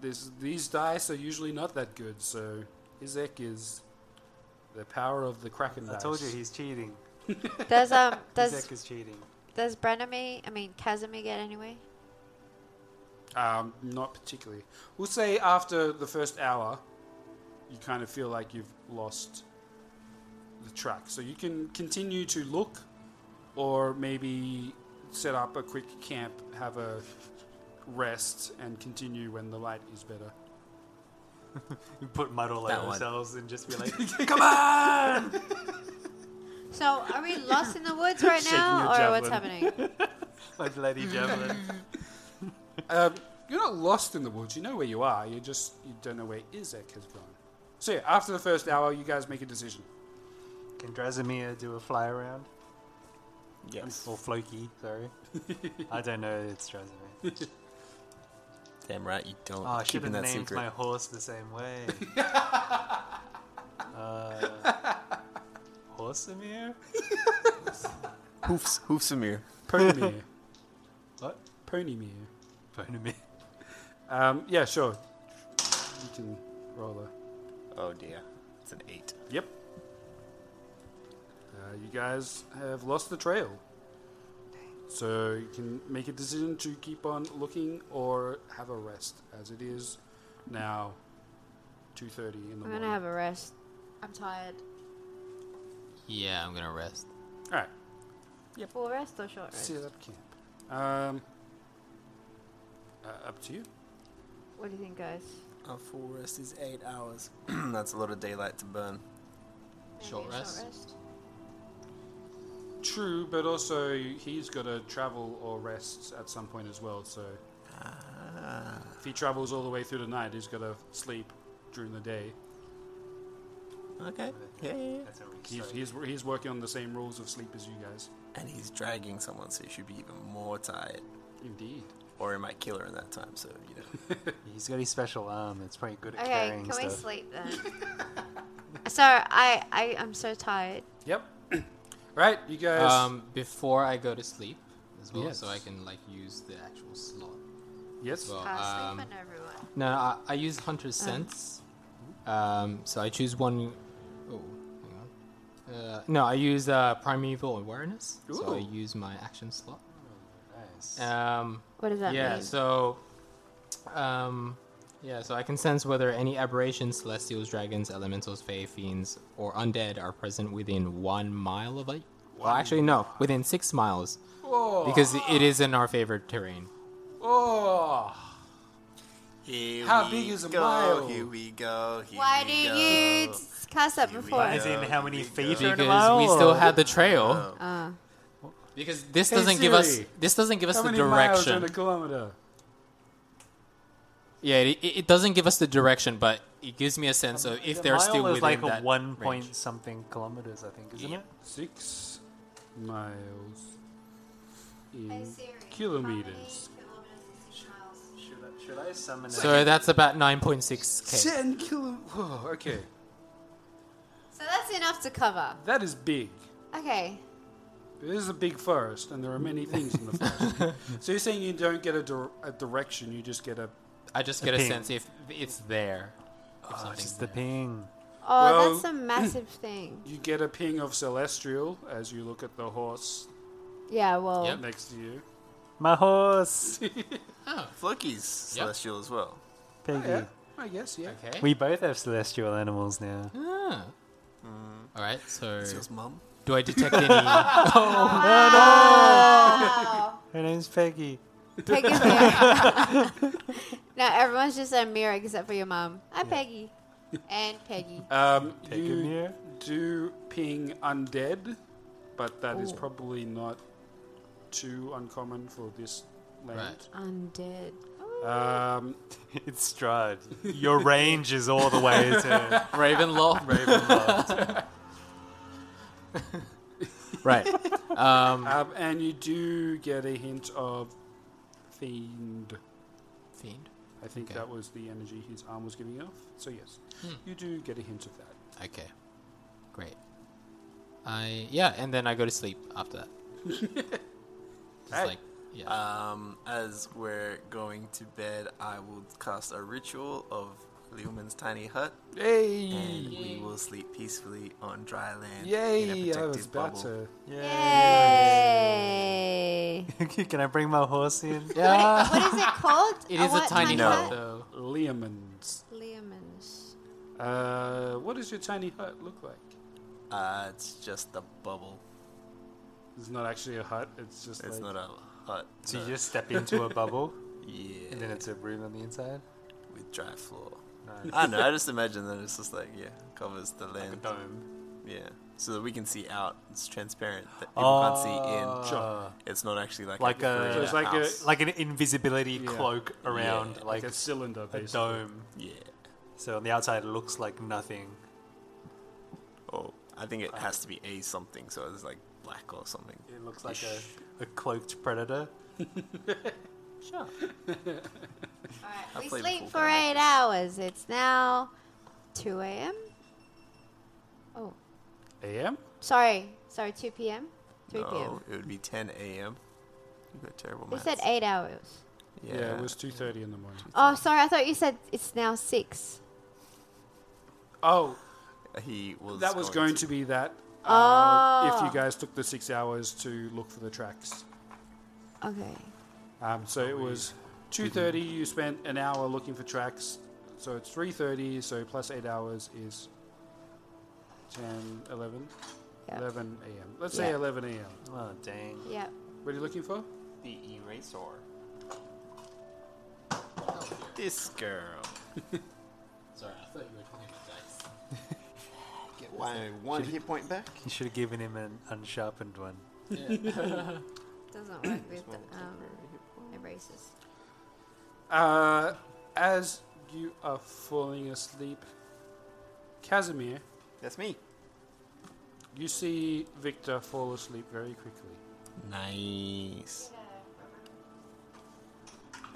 Speaker 2: this, these dice are usually not that good, so Izek is the power of the Kraken
Speaker 1: I
Speaker 2: dice.
Speaker 1: told you he's cheating.
Speaker 3: Does um does
Speaker 1: Isaac [laughs] is cheating.
Speaker 3: does Branemy I mean Casimir get anyway?
Speaker 2: Um, not particularly. We'll say after the first hour, you kind of feel like you've lost the track. So you can continue to look, or maybe set up a quick camp, have a rest, and continue when the light is better.
Speaker 1: We put mud all
Speaker 4: That
Speaker 1: over
Speaker 4: one.
Speaker 1: ourselves and just
Speaker 2: [laughs]
Speaker 1: be like, [laughs]
Speaker 3: So are we lost in the
Speaker 1: [laughs]
Speaker 3: woods right
Speaker 2: Shaking
Speaker 3: now,
Speaker 2: your
Speaker 3: or what's
Speaker 2: javelin.
Speaker 3: happening?
Speaker 1: my bloody javelin.
Speaker 2: Um, you're not lost in the woods. You know where you are. You just you don't know where Izek has gone. So yeah, after the first hour, you guys make a decision.
Speaker 1: Can Drasimir do a fly around?
Speaker 4: yes,
Speaker 1: Or Floki,
Speaker 2: [laughs]
Speaker 1: sorry. I don't know it's Drasimir.
Speaker 4: damn right you don't.
Speaker 1: Oh, I should
Speaker 4: keeping
Speaker 1: have
Speaker 4: that
Speaker 1: named
Speaker 4: secret.
Speaker 1: my horse the same way. uh, Horsemir?
Speaker 4: Hoofs, Hoofsamir.
Speaker 2: Ponymere.
Speaker 1: What?
Speaker 2: Ponymere.
Speaker 1: Bonemir.
Speaker 2: Um, yeah, sure. You can roll a.
Speaker 4: Oh dear, it's an eight.
Speaker 2: Yep. Uh, you guys have lost the trail. So you can make a decision to keep on looking or have a rest, as it is now 2.30 in the
Speaker 3: I'm
Speaker 2: morning.
Speaker 3: gonna have a rest. I'm tired.
Speaker 5: Yeah, I'm gonna rest.
Speaker 2: All right,
Speaker 3: Full rest or short rest?
Speaker 2: set up camp. Um, uh, up to you.
Speaker 3: What do you think, guys?
Speaker 4: Our full rest is eight hours. [clears throat] That's a lot of daylight to burn.
Speaker 3: Maybe
Speaker 5: Short
Speaker 3: a
Speaker 5: rest?
Speaker 2: True, but also he's got to travel or rest at some point as well, so... If he travels all the way through the night, he's got to sleep during the day.
Speaker 4: Okay. Yeah, yeah, yeah.
Speaker 1: That's a weak
Speaker 2: He's,
Speaker 1: start.
Speaker 2: he's, he's working on the same rules of sleep as you guys.
Speaker 4: And he's dragging someone, so he should be even more tired.
Speaker 2: Indeed.
Speaker 4: Or he might kill her in that time, so you [laughs] know.
Speaker 1: He's got his special arm. Um, It's pretty good at
Speaker 3: Okay,
Speaker 1: carrying
Speaker 3: can
Speaker 1: stuff.
Speaker 3: we sleep
Speaker 5: [laughs]
Speaker 3: then? so I, I I'm so tired.
Speaker 2: Yep. [clears throat] right, you guys.
Speaker 5: Um, before I go to sleep as well, so I
Speaker 2: Yes.
Speaker 5: can like use the actual slot.
Speaker 2: yes.
Speaker 3: Uh,
Speaker 5: Well, um,
Speaker 3: sleep on everyone.
Speaker 5: no, I, I use Hunter's Sense. Um, so I choose one oh hang on. Uh, no, I use uh, Primeval Awareness. So I
Speaker 2: Ooh.
Speaker 5: use my action slot.
Speaker 1: Nice.
Speaker 5: Um,
Speaker 3: What does that
Speaker 5: yeah,
Speaker 3: mean?
Speaker 5: so um, Yeah, so I can sense whether any aberrations, celestials, dragons, elementals, fae, fiends, or undead are present within one mile of it. Well, actually, no, within six miles. Because it is in our favored terrain.
Speaker 2: Oh. How big is a
Speaker 4: go,
Speaker 2: mile?
Speaker 4: Here we go. Here
Speaker 3: Why
Speaker 4: we
Speaker 3: do
Speaker 4: go.
Speaker 3: you s- cast that before?
Speaker 1: As in how many feet are in a mile?
Speaker 5: Because we still
Speaker 1: or-
Speaker 5: had the trail.
Speaker 3: Uh,
Speaker 5: Because this
Speaker 2: Hey,
Speaker 5: doesn't give us
Speaker 2: Siri,
Speaker 5: this doesn't give us
Speaker 2: How
Speaker 5: the
Speaker 2: many miles
Speaker 5: direction.
Speaker 2: in a kilometer?
Speaker 5: Yeah, it, it it doesn't give us the direction, but it gives me a sense of if
Speaker 1: The
Speaker 5: they're
Speaker 1: mile
Speaker 5: still
Speaker 1: is
Speaker 5: within
Speaker 1: like a
Speaker 5: that
Speaker 1: one
Speaker 5: range.
Speaker 1: point something kilometers, I think, isn't
Speaker 5: Yeah.
Speaker 1: it?
Speaker 2: Six miles
Speaker 3: Hey,
Speaker 2: in
Speaker 3: Siri, how many
Speaker 2: kilometers.
Speaker 1: Should I, should I summon?
Speaker 5: So that's about nine point six k.
Speaker 2: Ten kilo. Whoa, okay,
Speaker 3: so that's enough to cover.
Speaker 2: that is big.
Speaker 3: Okay.
Speaker 2: It is a big forest, and there are many things in the forest. so you're saying you don't get a, dir- a direction; you just get a.
Speaker 5: I just get a
Speaker 1: ping.
Speaker 5: sense if it's there. If something's
Speaker 1: just the ping.
Speaker 3: Oh,
Speaker 2: Well-
Speaker 3: that's a
Speaker 5: [coughs]
Speaker 3: massive thing.
Speaker 2: You get a ping of celestial as you look at the horse
Speaker 3: Yeah, well,
Speaker 5: Yep.
Speaker 2: next to you.
Speaker 1: My horse,
Speaker 4: Floki's celestial as well.
Speaker 1: Peggy.
Speaker 2: Yeah, I guess. Yeah.
Speaker 5: Okay.
Speaker 1: We both have celestial animals now.
Speaker 5: Ah. All right. So
Speaker 4: It's yours, mum.
Speaker 5: do I detect any?
Speaker 1: Her name's Peggy.
Speaker 3: Peg is
Speaker 5: [laughs]
Speaker 3: there. no, everyone's just a mirror except for your mum. I'm Peggy. And Peggy.
Speaker 5: Uh,
Speaker 2: Um,
Speaker 1: Take a
Speaker 2: you
Speaker 1: mirror.
Speaker 2: do ping undead, but that is probably not too uncommon for this land.
Speaker 5: right.
Speaker 3: Undead.
Speaker 2: Um,
Speaker 1: It's Stride. [laughs] Your range is all the way
Speaker 5: [laughs]
Speaker 1: to [laughs]
Speaker 5: Ravenloft. Ravenloft. right. Um,
Speaker 2: um, and you do get a hint of fiend.
Speaker 5: [laughs] fiend.
Speaker 2: I think
Speaker 5: Okay.
Speaker 2: that was the energy his arm was giving off. So yes,
Speaker 4: Hmm.
Speaker 2: you do get a hint of that.
Speaker 5: Okay. Great. I yeah, and then I go to sleep after [laughs] that. Just
Speaker 2: Right.
Speaker 5: like yeah.
Speaker 4: Um, as we're going to bed, I will cast a ritual of Leoman's tiny hut,
Speaker 2: Hey!
Speaker 4: and we will sleep peacefully on dry land in
Speaker 2: Yay!
Speaker 4: a
Speaker 2: I was
Speaker 4: protective
Speaker 2: about
Speaker 4: bubble.
Speaker 2: [laughs] to.
Speaker 3: Yay!
Speaker 1: Can I bring my horse in?
Speaker 5: yeah.
Speaker 3: what is it called?
Speaker 5: It is a
Speaker 3: what
Speaker 5: tiny
Speaker 4: No.
Speaker 5: hut
Speaker 4: hut?
Speaker 5: though.
Speaker 2: Leomans.
Speaker 3: Lemons.
Speaker 2: Uh, what does your tiny hut look like?
Speaker 4: [laughs] Uh, it's just a bubble.
Speaker 2: It's not actually a hut. It's just
Speaker 4: It's
Speaker 2: like
Speaker 4: not a hut.
Speaker 1: So you
Speaker 4: no.
Speaker 1: just step into a bubble,
Speaker 4: yeah,
Speaker 1: and then it's a room on the inside.
Speaker 4: with dry floor.
Speaker 1: Nice.
Speaker 4: I don't know. I just imagine that it's just like yeah, covers the land.
Speaker 1: Dome.
Speaker 4: Yeah, so that we can see out. It's transparent. That people can't see in.
Speaker 2: Sure.
Speaker 4: It's not actually like
Speaker 1: Ah. Like
Speaker 4: a,
Speaker 1: a- So
Speaker 2: it's like a-
Speaker 4: house.
Speaker 1: Like an invisibility
Speaker 2: Yeah.
Speaker 1: cloak around,
Speaker 4: Yeah,
Speaker 2: like
Speaker 1: like,
Speaker 2: a cylinder,
Speaker 1: a,
Speaker 2: basically.
Speaker 1: dome.
Speaker 4: yeah.
Speaker 1: So on the outside, it looks like nothing.
Speaker 4: Oh, I think it has to be a something. So it's like black or something.
Speaker 1: It looks like a, a cloaked predator.
Speaker 3: Alright, we
Speaker 4: played
Speaker 3: sleep
Speaker 4: pool
Speaker 3: for
Speaker 4: before.
Speaker 3: eight hours. It's now 2 a.m. Oh,
Speaker 2: A.M.
Speaker 3: sorry. Sorry, 2 p.m.? 3 p.m.
Speaker 4: No, Oh, it would be 10 a.m. You've got terrible
Speaker 3: We
Speaker 4: maths.
Speaker 3: said eight hours.
Speaker 4: yeah.
Speaker 2: Yeah, it was two thirty in the morning.
Speaker 3: Oh, sorry. I thought you said it's now six.
Speaker 2: Oh,
Speaker 4: he was.
Speaker 2: that was going to be that. Uh,
Speaker 4: Ah.
Speaker 2: If you guys took the six hours to look for the tracks,
Speaker 3: Okay.
Speaker 2: um, so it was two thirty. You spent an hour looking for tracks, so it's three thirty. So plus eight hours is 10, 11,
Speaker 3: Yep.
Speaker 2: 11 a.m. Let's say
Speaker 3: Yeah.
Speaker 2: eleven a.m.
Speaker 1: Oh dang!
Speaker 3: Yep.
Speaker 2: What are you looking for?
Speaker 4: the eraser. This girl.
Speaker 5: Sorry, I thought you were talking about dice.
Speaker 4: Get one, one hit point back.
Speaker 1: You should have given him an unsharpened one.
Speaker 3: Doesn't work with um, erasers.
Speaker 2: Uh, as you are falling asleep, Casimir,
Speaker 4: That's me.
Speaker 2: you see Victor fall asleep very quickly.
Speaker 4: Nice.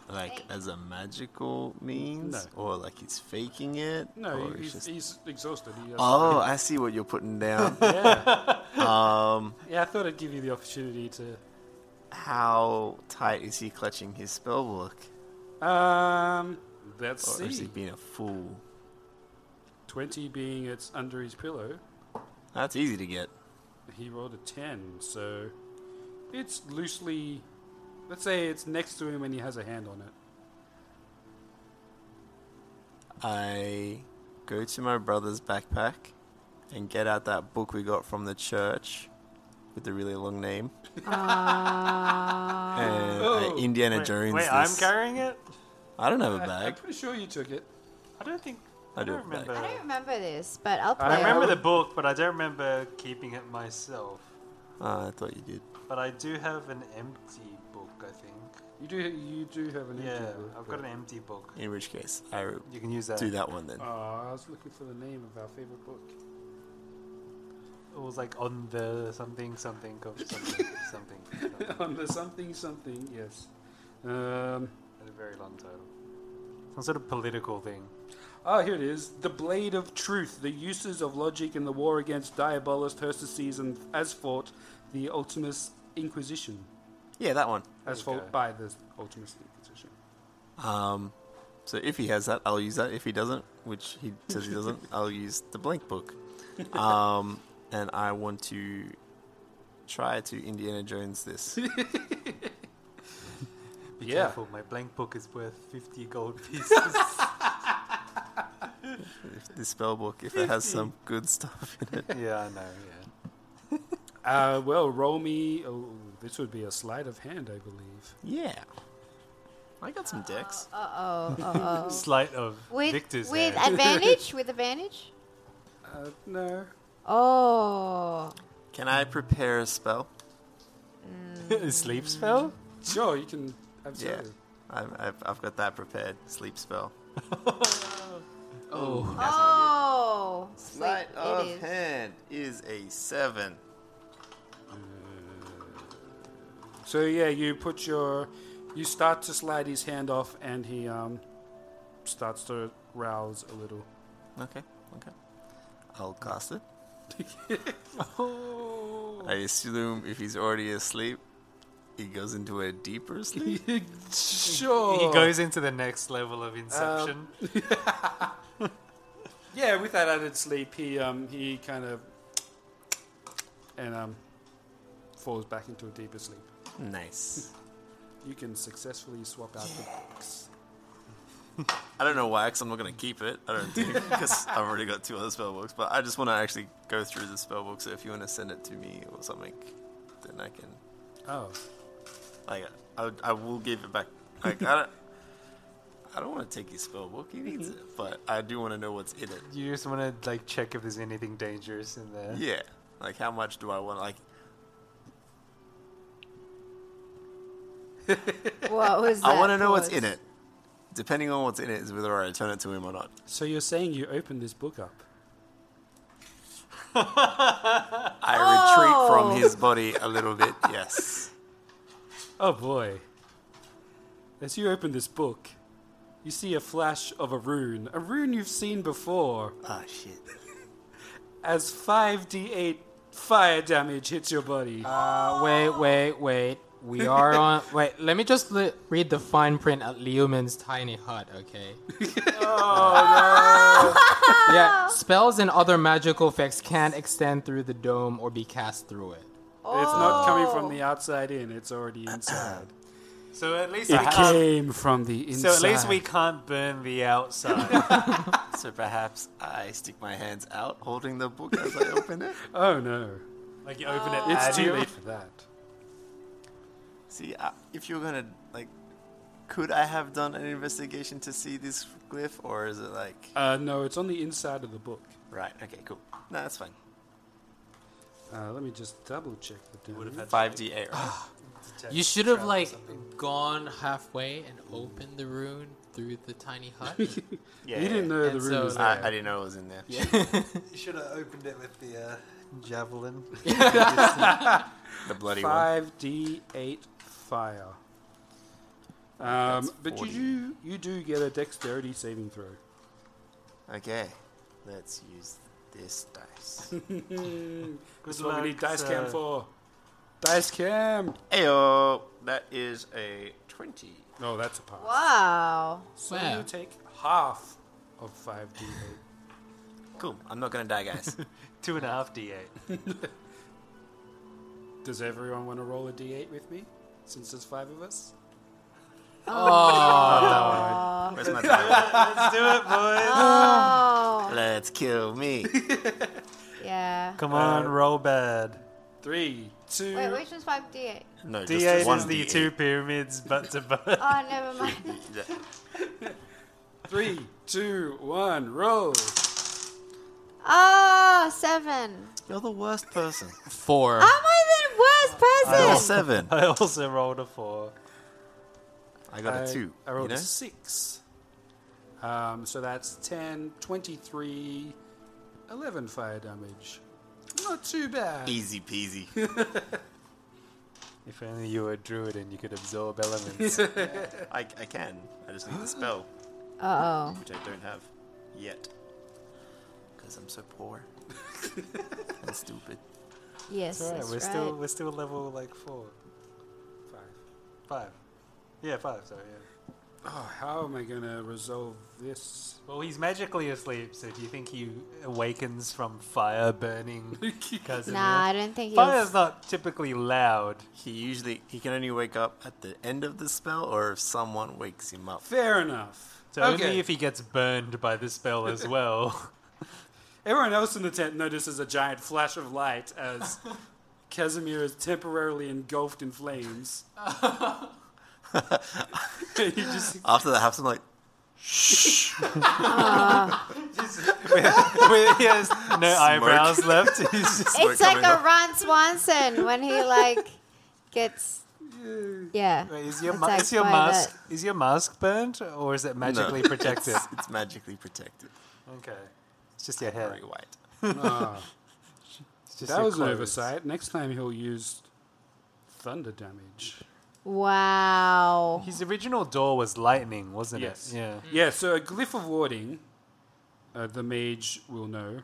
Speaker 4: Like as a magical means, or like he's faking it.
Speaker 2: No,
Speaker 4: or
Speaker 2: he- he's, he's exhausted. He uh, has-
Speaker 4: Oh, I see what you're
Speaker 2: [laughs]
Speaker 4: putting down.
Speaker 2: yeah, I thought I'd give you the opportunity to.
Speaker 4: How tight is he clutching his spell book?
Speaker 2: Um, let's
Speaker 4: Or is he
Speaker 2: see.
Speaker 4: being a fool?
Speaker 2: Twenty being it's under his pillow,
Speaker 4: That's easy to get.
Speaker 2: he rolled a ten, so it's loosely. Let's say it's next to him and he has a hand on it.
Speaker 4: I go to my brother's backpack and get out that book we got from the church with the really long name. and I Indiana
Speaker 1: Oh. wait,
Speaker 4: Jones.
Speaker 1: Wait, I'm
Speaker 4: this.
Speaker 1: carrying it.
Speaker 4: I don't have a
Speaker 2: I, am
Speaker 4: bag. [laughs]
Speaker 2: pretty sure you took it.
Speaker 1: I don't think.
Speaker 4: I
Speaker 1: I
Speaker 4: do
Speaker 1: don't
Speaker 4: have a bag.
Speaker 1: remember.
Speaker 3: I don't remember this, but I'll play.
Speaker 1: I remember the
Speaker 3: along.
Speaker 1: book, but I don't remember keeping it myself.
Speaker 4: Ah, I thought you did.
Speaker 1: But I do have an empty book, I think.
Speaker 2: You do. You do have an
Speaker 1: Yeah,
Speaker 2: empty book,
Speaker 1: I've got
Speaker 2: but-
Speaker 1: an empty book.
Speaker 4: In which case, I
Speaker 1: You can use that.
Speaker 4: do that one then.
Speaker 2: Oh, I was looking for the name of our favorite book. [laughs]
Speaker 1: It was like on the something, something, of something, something. something.
Speaker 2: On the something something. Yes. Um,
Speaker 1: Had a very long title. Some sort of political thing.
Speaker 2: Oh, here it is. The Blade of Truth, the uses of logic in the war against Diabolus, Heresies, and as fought the Ultimus Inquisition.
Speaker 4: Yeah, that one.
Speaker 2: As fought by the Ultimus Inquisition.
Speaker 4: Um, so if he has that, I'll use that. If he doesn't, which he says he
Speaker 1: [laughs]
Speaker 4: doesn't, I'll use the blank book. Um, and I want to try to Indiana Jones this.
Speaker 1: Be
Speaker 2: Yeah.
Speaker 1: careful, my blank book is worth 50 gold pieces.
Speaker 4: this spell book if it has some good stuff in it.
Speaker 1: yeah, I know, yeah.
Speaker 2: Uh, well, roll me. Oh, this would be a sleight of hand, I believe.
Speaker 4: Yeah. I got some decks.
Speaker 3: Uh-oh, uh-oh.
Speaker 1: [laughs] Slight of
Speaker 3: with
Speaker 1: Victor's
Speaker 3: with
Speaker 1: hand.
Speaker 3: advantage, with advantage.
Speaker 2: Uh, no.
Speaker 3: Oh,
Speaker 4: Can I prepare a spell?
Speaker 1: Sleep spell?
Speaker 2: Sure, you can.
Speaker 4: Yeah.
Speaker 2: Absolutely.
Speaker 4: I've, I've, I've got that prepared. Sleep spell.
Speaker 3: oh, sleep.
Speaker 4: Light
Speaker 3: It
Speaker 4: of
Speaker 3: is.
Speaker 4: hand is a seven.
Speaker 2: So yeah, you put your, you start to slide his hand off, and he um, starts to rouse a little.
Speaker 4: Okay, okay. I'll cast [laughs] it. I assume if he's already asleep, he goes into a deeper sleep.
Speaker 2: Sure.
Speaker 1: He goes into the next level of inception.
Speaker 2: Yeah, with that added sleep, he um he kind of and um falls back into a deeper sleep.
Speaker 4: [laughs] nice.
Speaker 2: You can successfully swap out the books.
Speaker 4: I don't know why, because I'm not going to keep it. I don't think, [laughs] because I've already got two other spell books. But I just want to actually go through the spell book. So if you want to send it to me or something, then I can.
Speaker 2: Oh,
Speaker 4: Like, I, I will give it back. Like, I don't. I don't want to take his spell book. He needs it, but I do want to know what's in it.
Speaker 1: You just want to like check if there's anything dangerous in there.
Speaker 4: Yeah. Like, how much do I want? Like,
Speaker 3: What was that?
Speaker 4: I want to know what's in
Speaker 3: pause?
Speaker 4: it. Depending on what's in it is whether I return it to him or not.
Speaker 2: so you're saying you opened this book up?
Speaker 4: I retreat from his body a little bit. Yes.
Speaker 2: Oh boy! As you open this book, you see a flash of a rune, a rune you've seen before.
Speaker 4: Ah shit.
Speaker 2: As five d eight fire damage hits your body.
Speaker 5: Uh, wait, wait, wait. We are [laughs] on. Wait, let me just li- read the fine print at Leoman's tiny hut, okay? [laughs] oh no! [laughs] yeah, spells and other magical effects can't extend through the dome or be cast through it.
Speaker 2: It's not coming from the outside in; it's already inside.
Speaker 1: [clears throat] So at least we
Speaker 2: it
Speaker 1: can't.
Speaker 2: came from the inside.
Speaker 1: So at least we can't burn the
Speaker 4: [laughs]
Speaker 1: outside.
Speaker 4: So perhaps I stick my hands out holding the book as I open [laughs] it.
Speaker 2: Oh no!
Speaker 1: like you open it.
Speaker 2: It's
Speaker 1: and
Speaker 2: too
Speaker 1: you-
Speaker 2: late for that.
Speaker 4: See, I, if you're gonna like, could I have done an investigation to see this glyph, or is it like?
Speaker 2: Uh, no, it's on the inside of the book.
Speaker 4: Right. Okay. Cool. No, that's fine.
Speaker 2: Uh, let me just double check the damage.
Speaker 4: Five D eight. Right?
Speaker 5: You should have like gone halfway and opened the rune through the tiny [laughs] hut.
Speaker 4: yeah.
Speaker 2: you didn't know the
Speaker 5: And
Speaker 2: room
Speaker 5: so-
Speaker 2: was there.
Speaker 4: I, I didn't know it was in there.
Speaker 1: You should have opened it with the uh, javelin.
Speaker 4: The bloody one.
Speaker 2: Five D eight fire. Um, but
Speaker 4: 40.
Speaker 2: you do you do get a dexterity saving throw.
Speaker 4: Okay. Let's use this [laughs] dice.
Speaker 2: That's what
Speaker 1: luck,
Speaker 2: we need dice cam
Speaker 1: sir.
Speaker 2: for. Dice cam.
Speaker 4: Ayo. That is a twenty.
Speaker 2: No, that's a pass.
Speaker 3: Wow.
Speaker 2: So
Speaker 5: Wow.
Speaker 2: you take half of five D eight.
Speaker 4: Cool. I'm not gonna die, [laughs] guys.
Speaker 1: Two and a half d8.
Speaker 2: Does everyone want to roll a D eight with me? Since there's five of us.
Speaker 3: now.
Speaker 4: Where's my [laughs]
Speaker 1: Let's do it, boys.
Speaker 3: Oh.
Speaker 4: Let's kill me.
Speaker 3: Yeah.
Speaker 1: Come on, roll bad.
Speaker 2: Three, two.
Speaker 3: Wait, which was 5d8?
Speaker 4: No, just
Speaker 1: D8
Speaker 4: one
Speaker 1: is the
Speaker 4: D8.
Speaker 1: two pyramids butt to butt.
Speaker 3: Oh, never mind. [laughs]
Speaker 2: Three, two, one, roll.
Speaker 3: Oh, seven.
Speaker 4: You're the worst person. [laughs]
Speaker 5: Four.
Speaker 3: Am I the worst
Speaker 4: Roll
Speaker 3: person?
Speaker 4: [laughs] seven.
Speaker 1: I also rolled a four.
Speaker 4: I got
Speaker 2: I-
Speaker 4: a two.
Speaker 2: I rolled
Speaker 4: you know?
Speaker 2: a six. Um, so that's 10, 23, 11 fire damage. Not too bad.
Speaker 4: Easy peasy. [laughs]
Speaker 1: If only you were a druid and you could absorb elements.
Speaker 4: I, I can. I just need the spell,
Speaker 3: Uh
Speaker 4: which I don't have yet. Because I'm so [laughs] poor and stupid.
Speaker 3: oh. Yes,
Speaker 1: Alright,
Speaker 3: that's
Speaker 1: we're
Speaker 3: right.
Speaker 1: still we're still level like four. Five. Five. Yeah, five, sorry, yeah.
Speaker 2: [laughs] Oh, how am I going to resolve this?
Speaker 1: Well he's magically asleep, so do you think he awakens from fire burning because of
Speaker 3: Nah, I
Speaker 1: it?
Speaker 3: don't think
Speaker 1: Fire's
Speaker 3: he's.
Speaker 1: not typically loud.
Speaker 4: He usually he can only wake up at the end of the spell, or if someone wakes him up.
Speaker 2: Fair enough.
Speaker 1: So only if he gets burned by the spell as well. [laughs]
Speaker 2: Everyone else in the tent notices a giant flash of light as
Speaker 4: [laughs]
Speaker 2: Casimir is temporarily engulfed in
Speaker 4: [laughs]
Speaker 2: flames. [laughs] he just
Speaker 4: After that happens, I'm like,
Speaker 1: With- he has no eyebrows left. He's just
Speaker 3: It's
Speaker 4: We're
Speaker 3: like
Speaker 4: coming
Speaker 3: a
Speaker 4: up.
Speaker 3: Ron Swanson when he like
Speaker 1: [laughs]
Speaker 3: gets. Yeah.
Speaker 1: Wait, is your, ma-
Speaker 3: attacked
Speaker 1: is your
Speaker 3: by
Speaker 1: mask is your mask burned or is it
Speaker 4: [laughs]
Speaker 1: magically protected?
Speaker 4: It's, it's magically protected.
Speaker 1: okay, it's just your hair. [laughs]
Speaker 4: Very white.
Speaker 1: It's just
Speaker 2: Ah. that
Speaker 1: your
Speaker 2: was an
Speaker 1: clothes.
Speaker 2: oversight. Next time he'll use thunder damage.
Speaker 3: that.
Speaker 1: [laughs]
Speaker 3: Wow.
Speaker 1: His original door was lightning, wasn't
Speaker 2: Yes.
Speaker 1: it? Yeah.
Speaker 2: Yeah, so a glyph of warding, uh, the mage will know,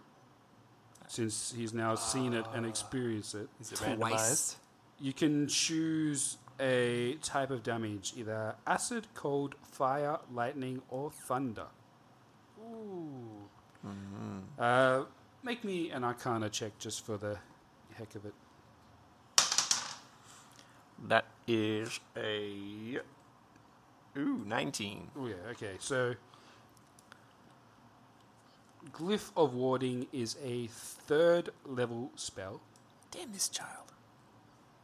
Speaker 2: since he's now seen it and experienced it.
Speaker 1: Is it
Speaker 5: Twice.
Speaker 2: You can choose a type of damage, either acid, cold, fire, lightning, or thunder. Ooh. Uh, make me an Arcana check just for the heck of it.
Speaker 4: That is a ooh nineteen.
Speaker 2: Oh yeah, okay. So Glyph of Warding is a third level spell.
Speaker 4: Damn this child.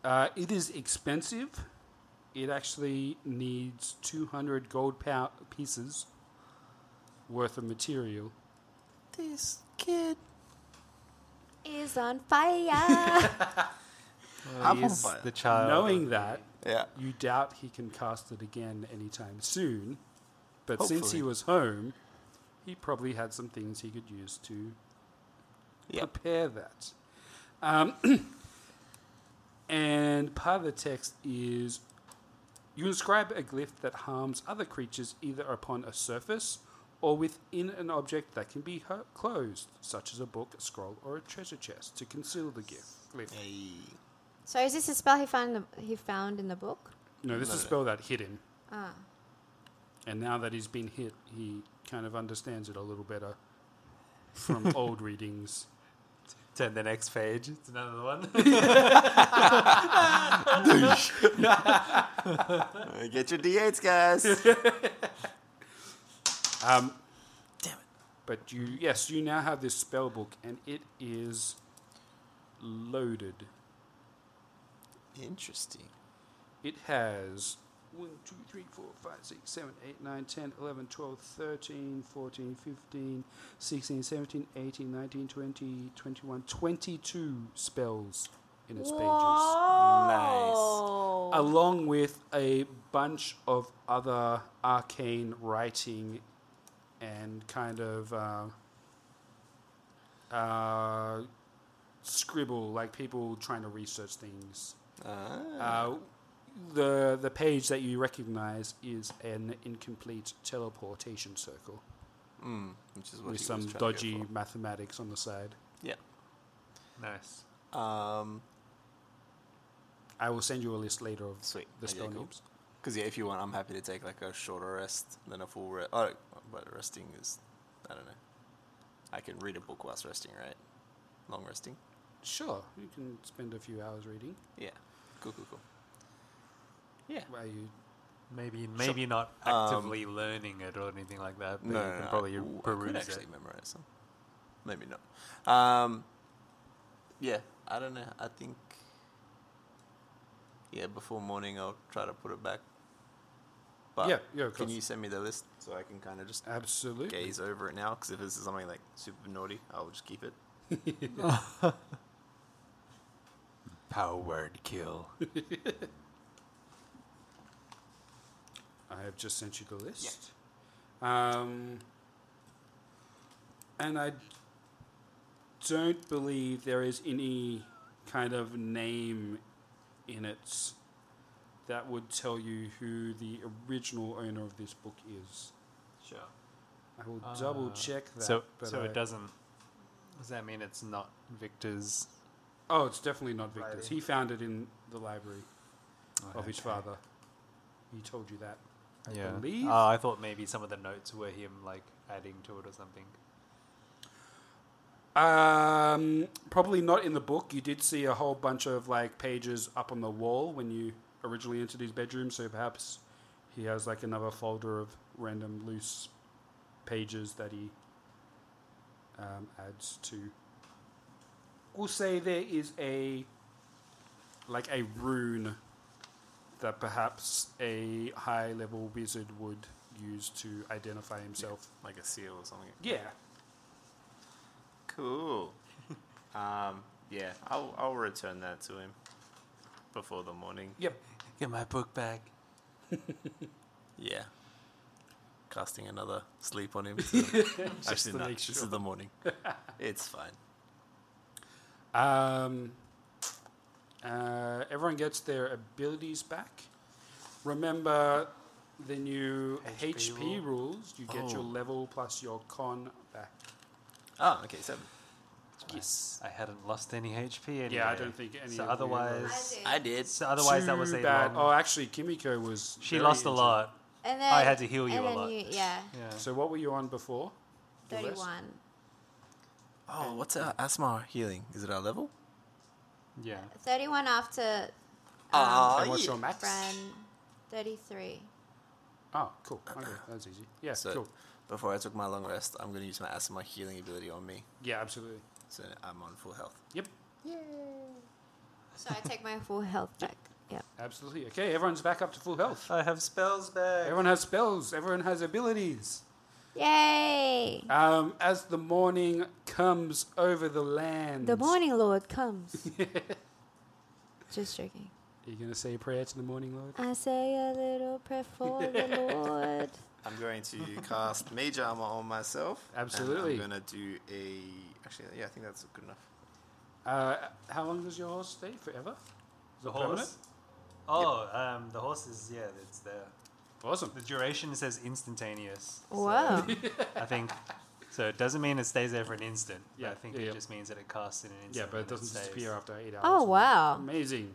Speaker 2: Uh, it is expensive. It actually needs 200 gold pow- pieces worth of material.
Speaker 4: This kid.
Speaker 3: Is on fire. [laughs]
Speaker 1: Well, he
Speaker 4: on
Speaker 1: is
Speaker 4: fire.
Speaker 1: the child.
Speaker 2: Knowing that,
Speaker 4: Yeah.
Speaker 2: you doubt he can cast it again anytime soon. But since he
Speaker 4: Hopefully.
Speaker 2: was home, he probably had some things he could use to
Speaker 4: Yeah.
Speaker 2: prepare that. Um, [clears throat] and part of the text is you inscribe a glyph that harms other creatures either upon a surface or within an object that can be hu- closed, such as a book, a scroll, or a treasure chest, to conceal the gif- glyph.
Speaker 3: so is this a spell he found? In the, he found in the book.
Speaker 2: No, this is a spell that hit him. And now that he's been hit, he kind of understands it a little better from old readings.
Speaker 1: Turn the next page. It's another one.
Speaker 4: Get your D8s, guys.
Speaker 2: But you, yes, you now have this spell book, and it is loaded.
Speaker 4: Interesting.
Speaker 2: It has 1, 2, 3, 4, 5, 6, 7, 8, 9, 10, 11, 12, 13, 14, 15, 16, 17, 18, 19, 20, 21, 22 spells in its pages.
Speaker 3: Nice.
Speaker 2: along with a bunch of other arcane writing and kind of uh, uh, scribble, like people trying to research things.
Speaker 4: Ah.
Speaker 2: Uh, the the page that you recognize is an incomplete teleportation circle
Speaker 4: Hmm, Which is what
Speaker 2: with
Speaker 4: he
Speaker 2: some
Speaker 4: was trying to go
Speaker 2: dodgy
Speaker 4: for.
Speaker 2: mathematics on the side.
Speaker 4: Yeah.
Speaker 1: nice.
Speaker 4: Um.
Speaker 2: I will send you a list later of
Speaker 4: Sweet.
Speaker 2: the
Speaker 4: Okay,
Speaker 2: spell
Speaker 4: cool.
Speaker 2: names.
Speaker 4: Because yeah, if you want, I'm happy to take like a shorter rest than a full rest. Oh, but resting is, I don't know. I can read a book whilst resting, right? Long resting.
Speaker 2: Sure, you can spend a few hours reading
Speaker 4: Yeah. Cool, cool, cool. Yeah.
Speaker 2: while you
Speaker 1: Maybe maybe not actively learning it or anything like that. But you can probably
Speaker 4: Ooh, I
Speaker 1: peruse it.
Speaker 4: could actually memorize some. Maybe not. Um, yeah, I don't know. I think. Yeah, before morning, I'll try to put it back. But
Speaker 2: Yeah, yeah, of
Speaker 4: Can
Speaker 2: course.
Speaker 4: you send me the list so I can kind of just
Speaker 2: Absolutely.
Speaker 4: gaze over it now? Because if this is something like super naughty, I'll just keep it.
Speaker 5: Power word kill.
Speaker 2: I have just sent you the list. Um, and I don't believe there is any kind of name in it that would tell you who the original owner of this book is.
Speaker 1: Sure.
Speaker 2: I will double check that.
Speaker 1: Uh, So
Speaker 2: but
Speaker 1: so
Speaker 2: I-
Speaker 1: it doesn't. [laughs] Does that mean it's not Victor's?
Speaker 2: Oh, it's definitely not Victor's.
Speaker 1: Writing.
Speaker 2: He found it in the library of his
Speaker 1: Oh, Okay.
Speaker 2: father. He told you that. I
Speaker 1: yeah.
Speaker 2: believe.
Speaker 1: Oh, I thought maybe some of the notes were him like adding to it or something.
Speaker 2: Um, probably not in the book. You did see a whole bunch of like pages up on the wall when you originally entered his bedroom, so perhaps he has like another folder of random loose pages that he um, adds to. We'll say there is a like a rune that perhaps a high level wizard would use to identify himself.
Speaker 4: Like a seal or something.
Speaker 2: Yeah.
Speaker 4: Cool. [laughs] um, yeah, I'll, I'll return that to him before the morning.
Speaker 2: Yep.
Speaker 1: Get my book back.
Speaker 4: Yeah. Casting another sleep [laughs] on him. so- Actually,
Speaker 2: to
Speaker 4: no,
Speaker 2: make
Speaker 4: this
Speaker 2: sure.
Speaker 4: is the [laughs] morning. it's fine.
Speaker 2: Um, uh, everyone gets their abilities back. Remember the new HP, rules. You get your
Speaker 4: Oh.
Speaker 2: level plus your con back.
Speaker 4: Oh, okay, seven.
Speaker 1: Yes. I hadn't lost any HP. Anyway.
Speaker 2: Yeah, I don't think any
Speaker 1: So
Speaker 2: of you
Speaker 1: otherwise,
Speaker 4: I did.
Speaker 1: so otherwise that
Speaker 2: Too
Speaker 1: was a
Speaker 2: bad.
Speaker 1: long-
Speaker 2: Oh, actually, Kimiko was.
Speaker 1: She
Speaker 2: very
Speaker 1: lost a
Speaker 2: injured.
Speaker 1: lot.
Speaker 3: And then
Speaker 1: I had to heal you
Speaker 3: and
Speaker 1: a
Speaker 3: then
Speaker 1: lot.
Speaker 3: You, yeah,
Speaker 1: Yeah.
Speaker 2: So what were you on before? The list?
Speaker 3: thirty-one.
Speaker 4: Oh, what's our asthma healing? Is it our level?
Speaker 1: yeah.
Speaker 3: Thirty-one after
Speaker 1: Ah,
Speaker 4: Um,
Speaker 2: And what's your max?
Speaker 3: Bran. Thirty-three.
Speaker 2: Oh, cool.
Speaker 1: [coughs]
Speaker 2: Okay, that's easy. Yeah,
Speaker 4: So
Speaker 2: cool.
Speaker 4: before I took my long rest, I'm going to use my asthma healing ability on me.
Speaker 2: Yeah, absolutely.
Speaker 4: So I'm on full health.
Speaker 2: Yep,
Speaker 3: So I take my full health back. Yeah.
Speaker 2: absolutely. Okay, everyone's back up to full health.
Speaker 1: I have spells back.
Speaker 2: Everyone has spells. Everyone has abilities.
Speaker 3: Yay!
Speaker 2: Um, as the morning comes over the land.
Speaker 3: The morning lord comes. Just joking.
Speaker 2: Are you going to say a prayer to the morning, Lord?
Speaker 3: I say a little prayer for the Lord.
Speaker 4: I'm going to cast Mage Armor on myself. and
Speaker 2: Absolutely.
Speaker 4: I'm going to do a. Actually, yeah, I think that's good enough.
Speaker 2: Uh, how long does your horse stay? Forever?
Speaker 1: The
Speaker 2: it permanent?
Speaker 1: horse. Oh, um, the horse is yeah. It's there.
Speaker 2: Awesome.
Speaker 1: The duration says instantaneous. so
Speaker 3: Wow.
Speaker 1: I think. So it doesn't mean it stays there for an instant. Yeah.
Speaker 2: Yeah,
Speaker 1: I think
Speaker 2: yeah,
Speaker 1: it
Speaker 2: yeah.
Speaker 1: just means that it casts in an instant.
Speaker 2: Yeah, but
Speaker 1: and
Speaker 2: it doesn't
Speaker 1: stays.
Speaker 2: disappear after eight hours.
Speaker 3: Oh wow,
Speaker 2: Amazing.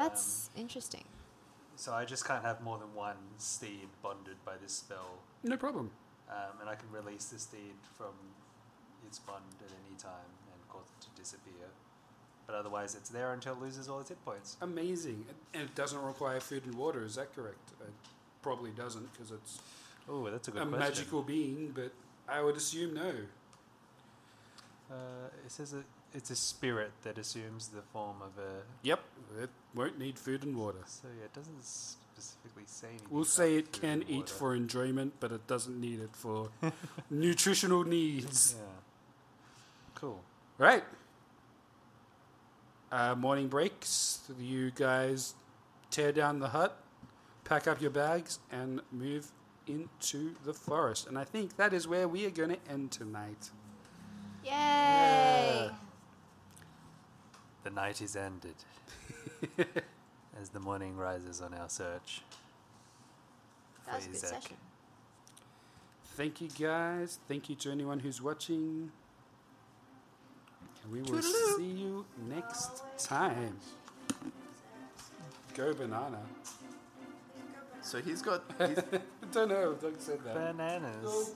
Speaker 3: that's interesting.
Speaker 1: So I just can't have more than one steed bonded by this spell,
Speaker 2: No problem.
Speaker 1: um, and I can release the steed from its bond at any time and cause it to disappear. But otherwise, it's there until it loses all its hit points.
Speaker 2: Amazing. And it doesn't require food and water, is that correct? It probably doesn't because it's
Speaker 1: Oh, that's a good
Speaker 2: a
Speaker 1: question.
Speaker 2: magical being, but I would assume no.
Speaker 1: Uh, it says that it's a spirit that assumes the form of a.
Speaker 2: Yep. It won't need food and water.
Speaker 1: So yeah, it doesn't specifically say anything.
Speaker 2: We'll
Speaker 1: about
Speaker 2: say it
Speaker 1: food
Speaker 2: can
Speaker 1: and
Speaker 2: eat
Speaker 1: water.
Speaker 2: for enjoyment, but it doesn't need it for [laughs] nutritional needs.
Speaker 1: Yeah. Cool.
Speaker 2: Right. Uh, morning breaks. You guys tear down the hut, pack up your bags, and move into the forest. And I think that is where we are going to end tonight.
Speaker 3: Yay!
Speaker 1: The night is
Speaker 2: [laughs]
Speaker 1: ended. As the morning rises on our search.
Speaker 3: That was a good
Speaker 1: Phasek.
Speaker 3: session.
Speaker 2: Thank you, guys. Thank you to anyone who's watching. And we will see you next time. Go banana.
Speaker 4: So he's got. He's,
Speaker 2: I don't know if Doug said that.
Speaker 1: Bananas.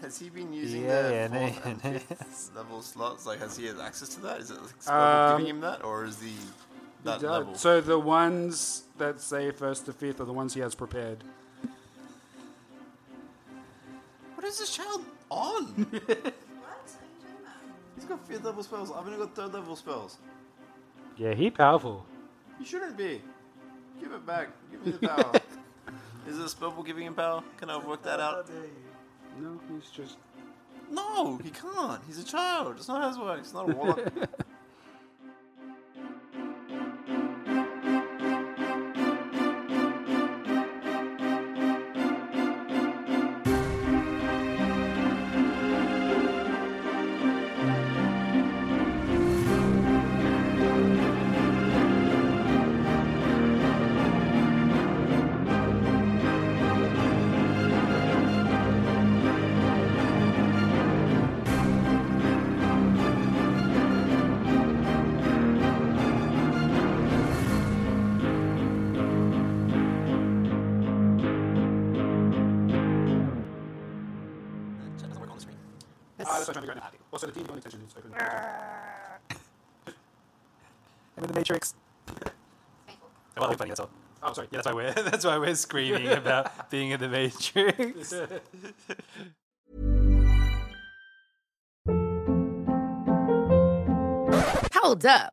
Speaker 4: has he been
Speaker 1: [laughs]
Speaker 4: using
Speaker 1: Yeah,
Speaker 4: the fourth
Speaker 1: [laughs]
Speaker 4: and
Speaker 1: bananas.
Speaker 4: fifth level slots? Like, has he had access to that? Is it like, Scrabble giving him that, or is the that
Speaker 2: He does.
Speaker 4: level.
Speaker 2: So the ones that say first to fifth are the ones he has prepared.
Speaker 4: What is this child on? what? He's got fifth level spells. I've only got third level spells.
Speaker 2: Yeah, he powerful.
Speaker 4: You shouldn't be. Give it back. Give me the power. is this spellbook giving him power? Can I work that
Speaker 1: [laughs]
Speaker 4: out?
Speaker 2: No, he's just.
Speaker 4: No, he can't. He's a child. It's not his work. It's not a warlock.
Speaker 2: Ah, that's trying to go Also, the D1 extension is open.
Speaker 1: I'm in the Matrix. Well, we're playing, that's all.
Speaker 2: Oh, sorry.
Speaker 1: Yeah, that's why we're that's why we're screaming about being in the Matrix.
Speaker 7: Hold up.